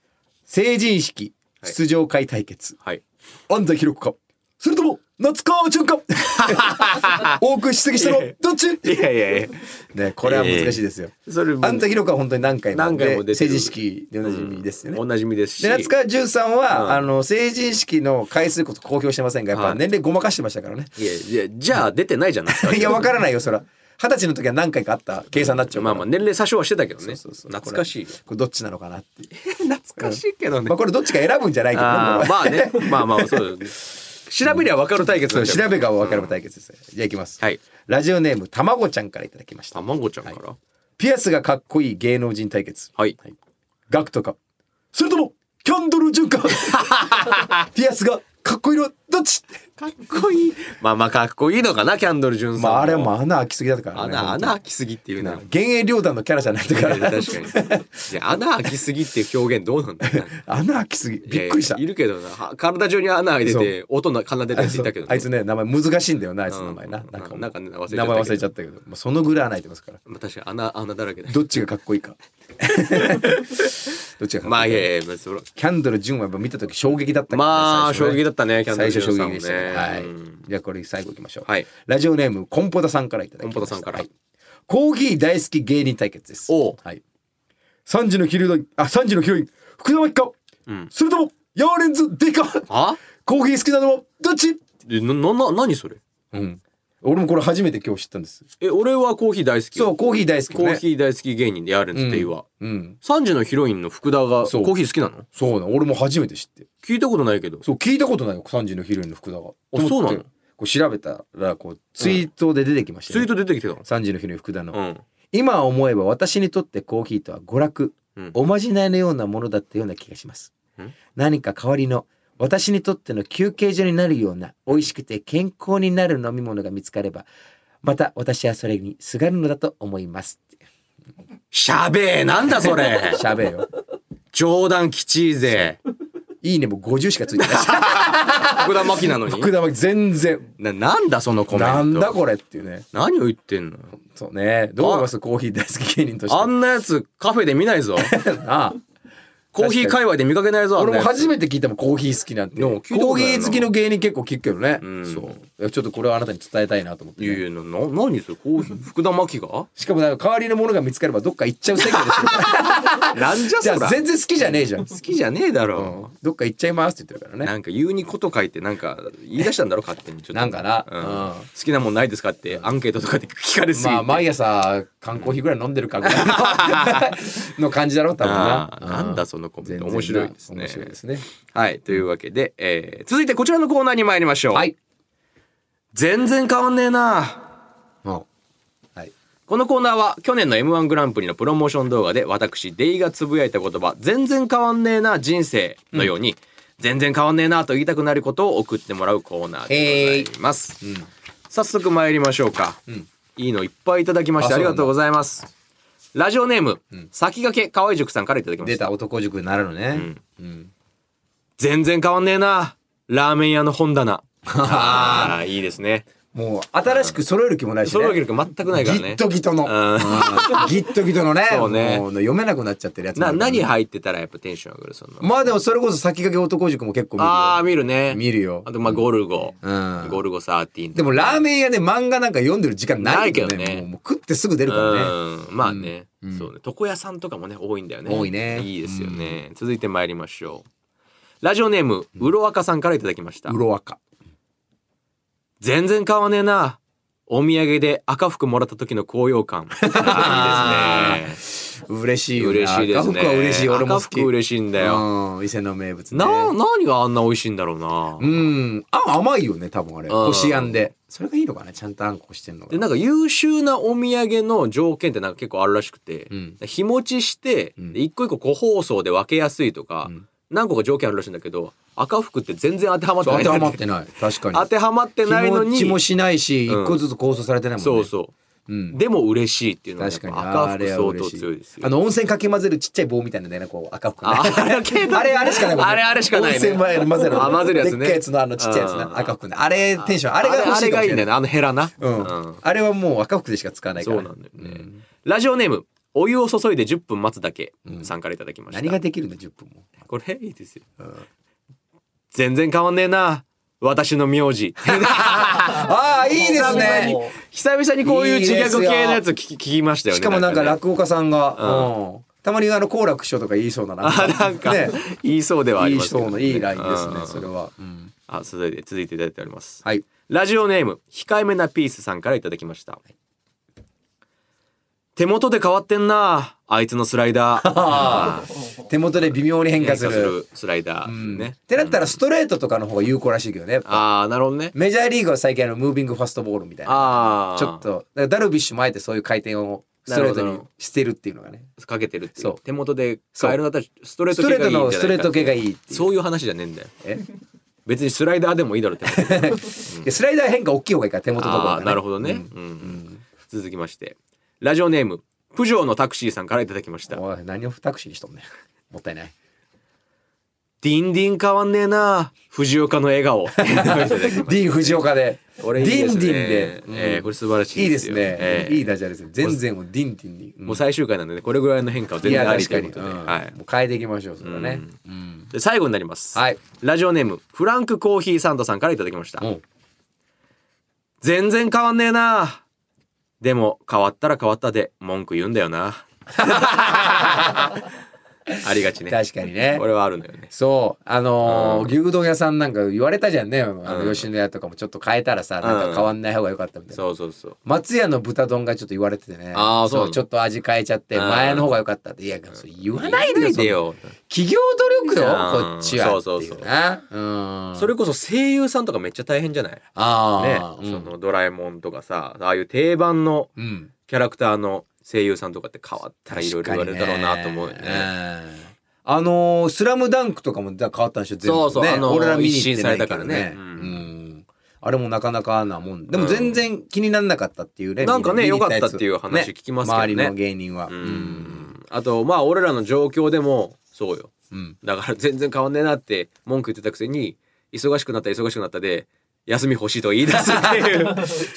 Speaker 1: 成人式出場会対決
Speaker 2: はい、
Speaker 1: 安西ひろ子かそれとも夏川潤 か多くしすぎしたのどっち
Speaker 2: いやいやいや
Speaker 1: ねこれは難しいですよ、
Speaker 2: えーそれも
Speaker 1: あんたひろかは本当に何回も
Speaker 2: 何回も出てる
Speaker 1: 成人式でおなじみですよね、
Speaker 2: おなじみですし
Speaker 1: で夏川潤さんは、
Speaker 2: うん
Speaker 1: あの成人式の回数こと公表してませんがやっ
Speaker 2: は
Speaker 1: ぱ
Speaker 2: い
Speaker 1: 年齢ごまかしてましたからね、
Speaker 2: いやいやじゃあ出てないじゃないですか
Speaker 1: いやわからないよそら二十歳の時は何回かあった計算になっちゃうか
Speaker 2: まあ
Speaker 1: ら
Speaker 2: まあ年齢詐称はしてたけどね
Speaker 1: そうそうそう
Speaker 2: 懐かしいよ
Speaker 1: これどっちなのかなっていう
Speaker 2: 懐かしいけどね
Speaker 1: まあこれどっちか選ぶんじゃないけどね
Speaker 2: あ
Speaker 1: もう
Speaker 2: ーまあねまあまあそう調べりゃ分かる対決
Speaker 1: そ
Speaker 2: なん
Speaker 1: う
Speaker 2: だ
Speaker 1: 調
Speaker 2: よ
Speaker 1: べが分かれば対決です、じゃあいきます、
Speaker 2: はい
Speaker 1: ラジオネームたまごちゃんからいただきました
Speaker 2: あマンゴーちゃんから
Speaker 1: ピアスがかっこいい芸能人対決
Speaker 2: はい
Speaker 1: ガクとかそれともキャンドル潤か ピアスがかっこいいのどっち
Speaker 2: かっこいいまあまあかっこいいのかなキャンドル・ジュンさん
Speaker 1: まああれはも
Speaker 2: も
Speaker 1: う穴開きすぎだったからね
Speaker 2: 穴穴
Speaker 1: 本
Speaker 2: 開きすぎっていう
Speaker 1: 当に
Speaker 2: な
Speaker 1: な幻影両団のキャラじゃないんだか
Speaker 2: 確からにいや穴開きすぎっていう表現どうなんだろうな
Speaker 1: 穴開きすぎ びっくりした
Speaker 2: いやいるけどなは体中に穴開いてて音の奏でたやついたけどね
Speaker 1: あいつね名前難しいんだよなあいつの名前な、
Speaker 2: うん
Speaker 1: なんか
Speaker 2: なんかね忘れちゃったけど
Speaker 1: 名前忘れちゃったけど、まあ、そのぐらい穴開いてますから
Speaker 2: まあ確かに穴穴だらけだ
Speaker 1: どっちがかっこ いいかどっちがかっこいいか
Speaker 2: まあいやいやまあそれ
Speaker 1: キャンドル・ジュンはやっぱ見た時衝撃だったけどね
Speaker 2: ま
Speaker 1: 最初
Speaker 2: あ衝
Speaker 1: ね
Speaker 2: 撃だったねキャンドル・
Speaker 1: 最
Speaker 2: ジ
Speaker 1: 初
Speaker 2: ュ
Speaker 1: 衝
Speaker 2: ンさん
Speaker 1: 撃
Speaker 2: もね
Speaker 1: でしたね、はい
Speaker 2: うん
Speaker 1: じゃあこれ最後いきましょう、
Speaker 2: はい
Speaker 1: ラジオネームコンポタさんからいただきました
Speaker 2: コンポタさんから
Speaker 1: はいコーヒー大好き芸人対決です
Speaker 2: おう
Speaker 1: はい、3時のヒロインあ3時のヒロイン福田真紀か、
Speaker 2: うん
Speaker 1: それともヤーレンズデカ
Speaker 2: あ
Speaker 1: コーヒー好きなのはどっち、
Speaker 2: えななな何それ
Speaker 1: うん、俺もこれ初めて今日知ったんです
Speaker 2: え俺はコーヒー大好き
Speaker 1: そうコーヒー大好き、ね、
Speaker 2: コーヒー大好き芸人でやるんですって言うわ
Speaker 1: うん
Speaker 2: 3時のヒロインの福田がコーヒ
Speaker 1: そう
Speaker 2: ー好きなの
Speaker 1: そうな俺も初めて知って
Speaker 2: 聞いたことないけど
Speaker 1: そう聞いたことないよ3時のヒロインの福田が
Speaker 2: あそうなの
Speaker 1: と思ってこう調べたらこうツイートで出てきました
Speaker 2: ツイ
Speaker 1: ね、
Speaker 2: ート出てきてたの
Speaker 1: 3時のヒロイン福田の、
Speaker 2: うん
Speaker 1: 今思えば私にとってコーヒーとは娯楽、
Speaker 2: うん
Speaker 1: おまじないのようなものだったような気がします、
Speaker 2: うん
Speaker 1: 何か代わりの私にとっての休憩所になるような美味しくて健康になる飲み物が見つかればまた私はそれにすがるのだと思います
Speaker 2: しゃべえなんだそ れ
Speaker 1: しゃべよ
Speaker 2: 冗談きちいぜ
Speaker 1: いいねも50しかついてない
Speaker 2: 福田真紀なのに
Speaker 1: 福田は全然
Speaker 2: ななんだそのコメント
Speaker 1: なんだこれっていうね
Speaker 2: 何を言ってんの
Speaker 1: そうねどう思いますコーヒー大好き芸人として
Speaker 2: あんなやつカフェで見ないぞ
Speaker 1: なあ
Speaker 2: コーヒー界隈で見かけないぞ
Speaker 1: 俺も初
Speaker 2: め
Speaker 1: めて聞いたもんコーヒー好きなんて
Speaker 2: で
Speaker 1: コ
Speaker 2: も
Speaker 1: ーヒ
Speaker 2: 聞いたことないな
Speaker 1: ー好きの芸人結構聞くけどね、
Speaker 2: うん
Speaker 1: そういやちょっとこれはあなたに伝えたいなと思って、
Speaker 2: い
Speaker 1: ね
Speaker 2: やいやなな何それコーヒー福田真紀が
Speaker 1: しかもなんか代わりのものが見つかればどっか行っちゃう世界 でしょ
Speaker 2: なんじゃ
Speaker 1: じ
Speaker 2: そ
Speaker 1: ゃ
Speaker 2: ら
Speaker 1: あ
Speaker 2: 好
Speaker 1: 全然好きじゃねえじゃん、
Speaker 2: きじゃねえだろ、
Speaker 1: うんどっか行っちゃいますって言ってるからね
Speaker 2: なんか言うにこと書いてなんか言い出したんだろ勝手にちょっと
Speaker 1: なんかな
Speaker 2: うん
Speaker 1: うん
Speaker 2: 好きなもんないですかってアンケートとかで聞かれすぎて、
Speaker 1: まあ毎朝缶コーヒーぐらい飲んでるかぐらい のの感じだろう多分な
Speaker 2: あーなんだそのコメント面白いですね
Speaker 1: 面白いですね
Speaker 2: はいというわけで、えー続いてこちらのコーナーに参りましょう、
Speaker 1: はい、
Speaker 2: 全然変わんねえな
Speaker 1: うんはい、
Speaker 2: このコーナーは去年の m 1グランプリのプロモーション動画で私デイがつぶやいた言葉「全然変わんねえな人生」のように、全然変わんねえなと言いたくなることを送ってもらうコーナーでございます、早速参りましょうか、いいのいっぱいいただきまして
Speaker 1: あそう
Speaker 2: あり
Speaker 1: なんだ
Speaker 2: がとうございますラジオネーム、先駆け河合塾さんからいただきました
Speaker 1: 出た男塾なるのね、
Speaker 2: 全然変わんねえなラーメン屋の本棚 ああいいですね
Speaker 1: もう新しく揃える気もないし、ね、
Speaker 2: その力全くないから
Speaker 1: ギッ
Speaker 2: ね
Speaker 1: トギトの、
Speaker 2: うん
Speaker 1: ギットギトのね
Speaker 2: そうね
Speaker 1: もう読めなくなっちゃってるやつもあ
Speaker 2: な
Speaker 1: るからね
Speaker 2: 何入ってたらやっぱテンション上がるその
Speaker 1: まあでもそれこそ先駆け男塾も結構見るよ
Speaker 2: ああ見るね
Speaker 1: 見るよ
Speaker 2: あとまあゴルゴ、
Speaker 1: うん
Speaker 2: ゴルゴ13とか
Speaker 1: でもラーメン屋で漫画なんか読んでる時間ないけどね
Speaker 2: ないけどね
Speaker 1: もうもう食ってすぐ出るからね
Speaker 2: うんまあね、そうね床屋さんとかもね多いんだよね
Speaker 1: 多いね
Speaker 2: いいですよね、続いて参りましょうラジオネームうろあかさんからいただきました、
Speaker 1: うろあか
Speaker 2: 全然買わねえなお土産で赤服もらった時の高 揚感あーいいですね
Speaker 1: 嬉しいよ
Speaker 2: 嬉しいですね
Speaker 1: 赤服は嬉しい俺も好き
Speaker 2: 赤服嬉しいんだよ、
Speaker 1: うん伊勢の名物ね
Speaker 2: な何があんな美味しいんだろうな、
Speaker 1: うんあん甘いよね多分あれ
Speaker 2: ん
Speaker 1: こしあんでそれがいいのかなちゃんとあんこしてんのが
Speaker 2: でなんか優秀なお土産の条件ってなんか結構あるらしくて、
Speaker 1: ん
Speaker 2: 日持ちして、
Speaker 1: ん
Speaker 2: で一個一個個包装で分けやすいとか、何個か条件あるらしいんだけど赤福って全然当てはまって
Speaker 1: そう当
Speaker 2: ない
Speaker 1: てはまってない確かに
Speaker 2: 当てはまってないのに
Speaker 1: 日持ちもしないし
Speaker 2: うん
Speaker 1: 一個ずつ構想されてないもんね
Speaker 2: そうそう、
Speaker 1: うん
Speaker 2: でも嬉しいっていうのはやっ
Speaker 1: 確かに
Speaker 2: ぱ赤
Speaker 1: あ
Speaker 2: 福
Speaker 1: れは
Speaker 2: 相
Speaker 1: 嬉
Speaker 2: 当
Speaker 1: し
Speaker 2: 強いですよ
Speaker 1: あの温泉かき混ぜるちっちゃい棒みたいなねこう赤服ね
Speaker 2: ああれけど
Speaker 1: あれあれしかないもんね。
Speaker 2: あれあれしかないね
Speaker 1: 温泉前の混ぜる。
Speaker 2: あ混ぜるやつね
Speaker 1: でっかいやつのあのちっちゃいやつ
Speaker 2: うん
Speaker 1: な。赤服ね。あれテンション。あれが欲
Speaker 2: あ
Speaker 1: しい
Speaker 2: れ
Speaker 1: か
Speaker 2: が
Speaker 1: も
Speaker 2: いい
Speaker 1: し
Speaker 2: ん
Speaker 1: れな
Speaker 2: だよ
Speaker 1: い。
Speaker 2: ねあのヘラな、
Speaker 1: うん。あれはもう赤服でしか使わないか
Speaker 2: そ
Speaker 1: ら。
Speaker 2: うなんだよね、ラジオネームお湯を注いで10分待つだけさんからいただきました、
Speaker 1: 何ができるの10分も。
Speaker 2: これいいですよ、全然変わんねえな私の名字
Speaker 1: ああいいですね
Speaker 2: 久々にこういう自虐系のやつ聞き聞きましたよね
Speaker 1: しかもなんか
Speaker 2: ね
Speaker 1: 落語家さんが、うんたまにあの好楽師匠とか言いそうななんか
Speaker 2: あなんか
Speaker 1: ね
Speaker 2: 言いそうで はあ
Speaker 1: 言い
Speaker 2: りますけど
Speaker 1: そうないいラインです
Speaker 2: う
Speaker 1: ね
Speaker 2: ん
Speaker 1: それは、うん
Speaker 2: あ続いて続いていただいております
Speaker 1: はい
Speaker 2: ラジオネーム控えめなピースさんからいただきました手元で変わってんなあいつのスライダーあー
Speaker 1: 手元で微妙 に変化する
Speaker 2: 変化スライダ
Speaker 1: う
Speaker 2: ー
Speaker 1: ん
Speaker 2: ね
Speaker 1: ってなったらストレートとかの方が有効らしいけどねやっぱ
Speaker 2: ああなるほどね
Speaker 1: メジャーリーグは最近あのムービングファストボールみたいな
Speaker 2: ああ
Speaker 1: ちょっとだからダルビッシュもあえてそういう回転をストレートにしてるっていうのがね
Speaker 2: かけてるってい
Speaker 1: そうう
Speaker 2: 手元で変えるんだったらストレー
Speaker 1: ス
Speaker 2: ト
Speaker 1: ト
Speaker 2: 系
Speaker 1: レー
Speaker 2: がいい
Speaker 1: ト
Speaker 2: んじゃない
Speaker 1: の
Speaker 2: か
Speaker 1: ストレート系がいいっていう
Speaker 2: そういう話じゃねえんだよ
Speaker 1: え
Speaker 2: 別にスライダーでもい いだろうって思う
Speaker 1: いやスライダー変化大きい方がいいから手元とか
Speaker 2: あ
Speaker 1: が
Speaker 2: あ
Speaker 1: ね
Speaker 2: なるほどね、うん続きましてラジオネームプジョーのタクシーさんからいただきました
Speaker 1: おい何をタクシーにしとんねん も ったいない
Speaker 2: ディンディン変わんねえな藤岡の 笑顔いただきました
Speaker 1: ディーン・藤岡で
Speaker 2: これいいで
Speaker 1: ディ
Speaker 2: すね
Speaker 1: ンディンで、
Speaker 2: えーこれ素晴らしい
Speaker 1: いいですね、
Speaker 2: えー
Speaker 1: いいダジャレですね全然もうディンディンに、うん
Speaker 2: もう最終回なんでねこれぐらいの変化は全
Speaker 1: いや
Speaker 2: 然あり
Speaker 1: 確
Speaker 2: とい
Speaker 1: か
Speaker 2: う
Speaker 1: に、
Speaker 2: こと
Speaker 1: う
Speaker 2: で,、
Speaker 1: ん
Speaker 2: はい、
Speaker 1: もう変えていきましょうそれはね、
Speaker 2: で最後になります、
Speaker 1: はい
Speaker 2: ラジオネームフランクコーヒーサンドさんからいただきました
Speaker 1: うんうん
Speaker 2: 全然変わんねえなでも変わったら変わったで文句言うんだ よなありがちね
Speaker 1: 確かにね
Speaker 2: これはあるのよね
Speaker 1: そうあのー牛丼屋さんなんか言われたじゃんねあ
Speaker 2: う
Speaker 1: の
Speaker 2: ん
Speaker 1: 吉野家とかもちょっと変えたらさ、なんか変わんない方が良かったみたいな、
Speaker 2: そうそうそう
Speaker 1: 松屋の豚丼がちょっと言われててね
Speaker 2: あーそうなの
Speaker 1: ちょっと味変えちゃって
Speaker 2: うん
Speaker 1: 前の方が良かったっていやそう言わないでよ
Speaker 2: でよ
Speaker 1: 企業努力よ
Speaker 2: うん
Speaker 1: こっちはって
Speaker 2: そうそう
Speaker 1: い
Speaker 2: そう
Speaker 1: うなうん
Speaker 2: それこそ声優さんとかめっちゃ大変じゃないね
Speaker 1: ああ、
Speaker 2: そのドラえもんとかさああいう定番の
Speaker 1: うん、うん、
Speaker 2: キャラクターの声優さんとかって変わったらいろいろ言われるだろうなと思うよね
Speaker 1: 確かにねうんあのースラムダンクとかもだ変わったんでしょ全部、ね、
Speaker 2: そうそうあのー
Speaker 1: 俺ら見に行ってないけ
Speaker 2: 一新されたか
Speaker 1: ど
Speaker 2: ら
Speaker 1: ね
Speaker 2: ね
Speaker 1: う
Speaker 2: うんん、
Speaker 1: あれもなかなかなもんでも全然気にならなかったっていうね、
Speaker 2: なんかね
Speaker 1: 見に行や
Speaker 2: 良
Speaker 1: つ
Speaker 2: かったっていう話聞きますけどね
Speaker 1: 周りの芸人は
Speaker 2: う
Speaker 1: うん
Speaker 2: んあとまあ俺らの状況でもそうよ
Speaker 1: うん
Speaker 2: だから全然変わんねえなって文句言ってたくせに忙しくなった忙しくなったで休み欲しいとか言い出すっていう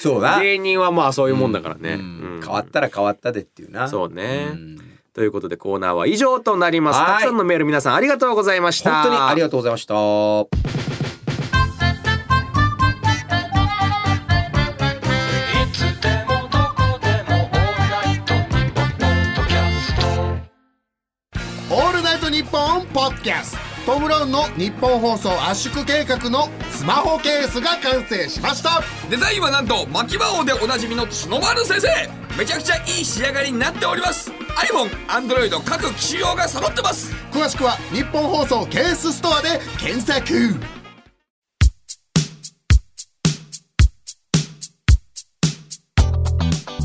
Speaker 1: そうだ、
Speaker 2: 芸人はまあそういうもんだからね、
Speaker 1: うん
Speaker 2: うん
Speaker 1: 変わったら変わったでっていうな
Speaker 2: そう
Speaker 1: う
Speaker 2: ね、
Speaker 1: ん
Speaker 2: ということでコーナーは以上となります
Speaker 1: はい
Speaker 2: たくさんのメール皆さんありがとうございました
Speaker 1: 本当にありがとうございましたは
Speaker 3: 「いつでもどこでもオールナイトニッポン」「ポッドキャスト」
Speaker 4: 「オールナイトニッポン」ポッドキャストトム・ブラウンの日本放送圧縮計画のスマホケースが完成しました
Speaker 5: デザインはなんと巻き魔王でおなじみの角丸先生めちゃくちゃいい仕上がりになっております iPhone、Android 各機種用が揃ってます
Speaker 4: 詳しくは日本放送ケースストアで検索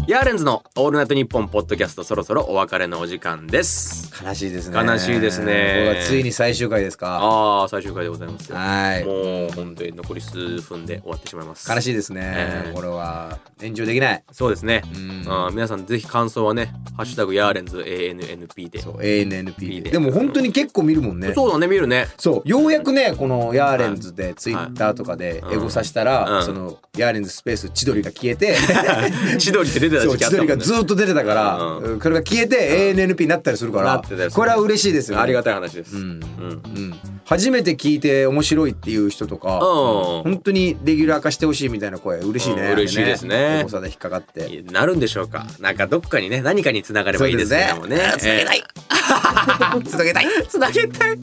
Speaker 2: ヤーレンズの「オールナイトニッポン」ポッドキャストそろそろお別れのお時間です
Speaker 1: 悲しいですね
Speaker 2: 悲しいですね
Speaker 1: これはついに最終回ですか
Speaker 2: ああ最終回でございますよ
Speaker 1: はい
Speaker 2: もう本当に残り数分で終わってしまいます
Speaker 1: 悲しいですね、
Speaker 2: ええ
Speaker 1: これは炎上できない
Speaker 2: そうですね
Speaker 1: うん
Speaker 2: あー皆さんぜひ感想はね「ハッシュタグヤーレンズ ANNP」で
Speaker 1: そ
Speaker 2: そうう
Speaker 1: ANNP で
Speaker 2: で
Speaker 1: でも本当に結構見るもんね
Speaker 2: だね見 るね
Speaker 1: そうようやくねこのヤーレンズでツイッターとかでエゴさしたら、
Speaker 2: うん
Speaker 1: そのヤーレンズスペース千鳥が消え て
Speaker 2: 千鳥って出てた
Speaker 1: そう
Speaker 2: 時期あ
Speaker 1: 千鳥
Speaker 2: ったもんね
Speaker 1: がずっと出てたから、
Speaker 2: う
Speaker 1: これが消えて ANNP になったりするか
Speaker 2: な
Speaker 1: ら
Speaker 2: ってたよ
Speaker 1: これは嬉しいですよ、ね、
Speaker 2: ありがたい話です
Speaker 1: う
Speaker 2: うんん
Speaker 1: うん、初めて聞いて面白いっていう人とか、
Speaker 2: うん
Speaker 1: 本当にレギュラー化してほしいみたいな声嬉しいね、
Speaker 2: うん嬉しいですね
Speaker 1: エゴサで引っかかって
Speaker 2: なるんでしょうかなんかどっかにね何かにつながればいいですけどもね
Speaker 1: そうですね
Speaker 2: えーつなげたいつなげたい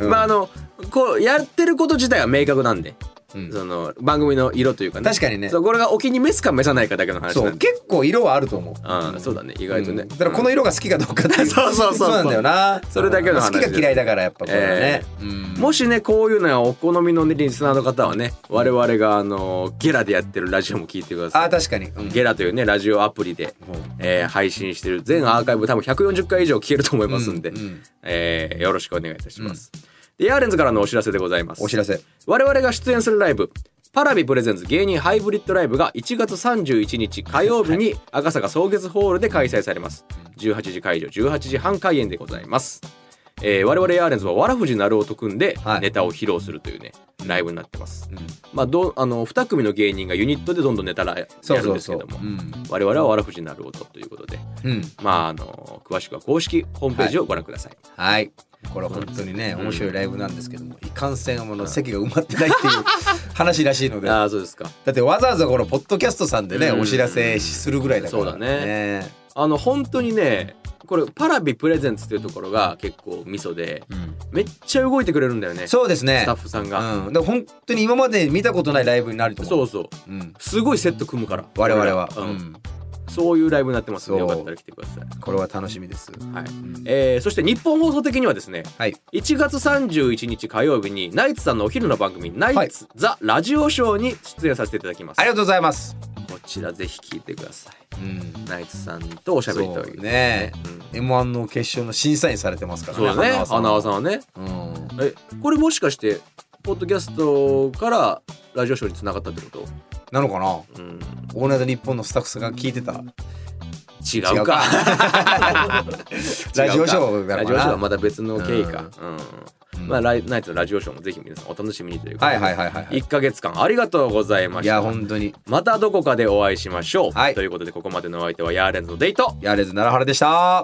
Speaker 2: まああのこうやってること自体は明確なんで
Speaker 1: うん
Speaker 2: その番組の色というかね
Speaker 1: 確かにね
Speaker 2: そうこれがお気に召すか召さないかだけの話
Speaker 1: そ
Speaker 2: な
Speaker 1: うん
Speaker 2: で
Speaker 1: 結構色はあると思う
Speaker 2: うんそうだね意外とね
Speaker 1: うんだからこの色が好きかどうかっていう
Speaker 2: そうそうそう
Speaker 1: なんだよな
Speaker 2: それだけの話
Speaker 1: 好きが嫌いだからやっぱこれはね
Speaker 2: え、もしねこういうのはお好みのねリスナーの方はね我々があのゲラでやってるラジオも聞いてくだ
Speaker 1: あ
Speaker 2: さ
Speaker 1: あ
Speaker 2: い。
Speaker 1: 確かに、うん
Speaker 2: ゲラというねラジオアプリで
Speaker 1: ほう、
Speaker 2: えー配信してる全アーカイブ多分140回以上聞けると思いますんで、
Speaker 1: うんうん
Speaker 2: えーよろしくお願いいたします。でヤーレンズからのお知らせでございます。
Speaker 1: お知らせ
Speaker 2: 我々が出演するライブパラビプレゼンツ芸人ハイブリッドライブが1月31日火曜日に赤坂草月ホールで開催されます18時会場18時半開演でございますえー我々ヤーレンズはわらふじなるおと組んで
Speaker 1: はい
Speaker 2: ネタを披露するというね、ライブになってます、まあどうあの2組の芸人がユニットでどんどんネタらや
Speaker 1: そう
Speaker 2: るん
Speaker 1: そう
Speaker 2: です
Speaker 1: そ
Speaker 2: け
Speaker 1: う
Speaker 2: ども
Speaker 1: うん
Speaker 2: 我々はわらふじなるおとということで
Speaker 1: うん
Speaker 2: まああの詳しくは公式ホームページをご覧ください、
Speaker 1: はいこれは本当にね面白いライブなんですけどもいかんせんあの席が埋まってないっていう 話らしいので
Speaker 2: あ
Speaker 1: だ
Speaker 2: あそうですか
Speaker 1: ってわざわざこのポッドキャストさんでね
Speaker 2: うん
Speaker 1: お知らせするぐらいだから
Speaker 2: そうだねあの本当にねこれパラビプレゼンツっていうところが結構ミソで
Speaker 1: うん
Speaker 2: めっちゃ動いてくれるんだよね
Speaker 1: そうですね
Speaker 2: スタッフさんが、
Speaker 1: うんだから本当に今まで見たことないライブになると思う
Speaker 2: そうそう
Speaker 1: うん
Speaker 2: すごいセット組むから
Speaker 1: 我々は、
Speaker 2: うん
Speaker 1: うん
Speaker 2: そういうライブになってますので
Speaker 1: そう
Speaker 2: よかったら来てください
Speaker 1: これは楽しみです
Speaker 2: はい
Speaker 1: ん
Speaker 2: えーそして日本放送的にはですね
Speaker 1: はい
Speaker 2: 1月31日火曜日にナイツさんのお昼の番組「ナイツ・ザ・ラジオショー」に出演させていただきます
Speaker 1: ありがとうございます
Speaker 2: こちらぜひ聞いてください
Speaker 1: うん
Speaker 2: ナイツさんとおしゃべりという
Speaker 1: そうね M1 の決勝の審査員されてますか
Speaker 2: うん
Speaker 1: ら
Speaker 2: そうだね花輪さん
Speaker 1: ん
Speaker 2: はね
Speaker 1: うん
Speaker 2: えこれもしかしてポッドキャストからラジオショーにつながったってこと
Speaker 1: なのかな
Speaker 2: うん
Speaker 1: オールナイト日本のスタッフさんが聞いて た
Speaker 2: 違うか
Speaker 1: ラジオショーだ
Speaker 2: ラ
Speaker 1: からな
Speaker 2: ジオショーはまた別の経緯かうん、
Speaker 1: うん
Speaker 2: まあライナイツのラジオショーもぜひ皆さんお楽しみにということ
Speaker 1: は
Speaker 2: で
Speaker 1: いはいはいはいはい
Speaker 2: 1か月間ありがとうございま
Speaker 1: い
Speaker 2: した
Speaker 1: や本当に
Speaker 2: またどこかでお会いしましょう、
Speaker 1: はい
Speaker 2: ということでここまでのお相手はヤーレンズのデイト
Speaker 1: ヤーレズ奈良原でした